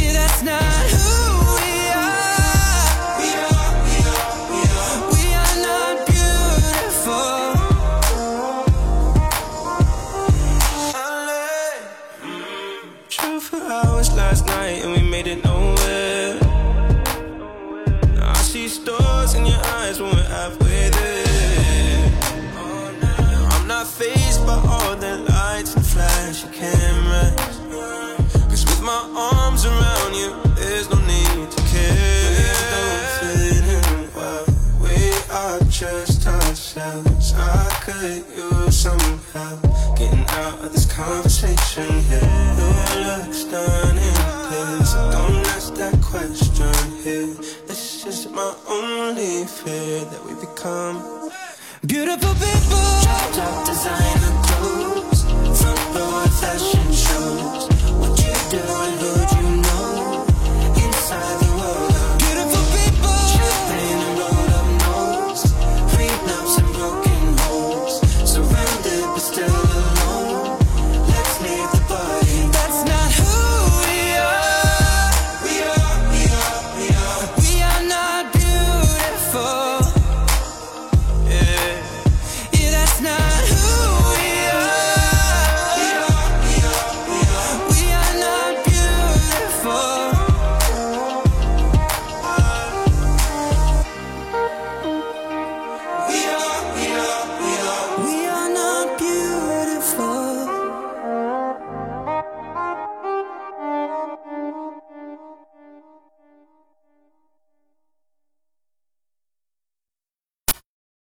S5: Yeah, that's not who we are. We are, we are, we are. We are not beautiful.
S6: Drove for hours last night and we made it nowhere. I see stars in your eyes when we're halfway there. Oh, I'm not faced by all the lights and flashy cameras. Cause with my arms around you, there's no need to care. We don't fit in well. We are just ourselves. I could use some help getting out of this conversation here. You look stunning, please. Don't ask that question here. This is my only fear that we become.
S5: Beautiful people. Chopped up designer clothes. Front row of fashion shows. What you do and who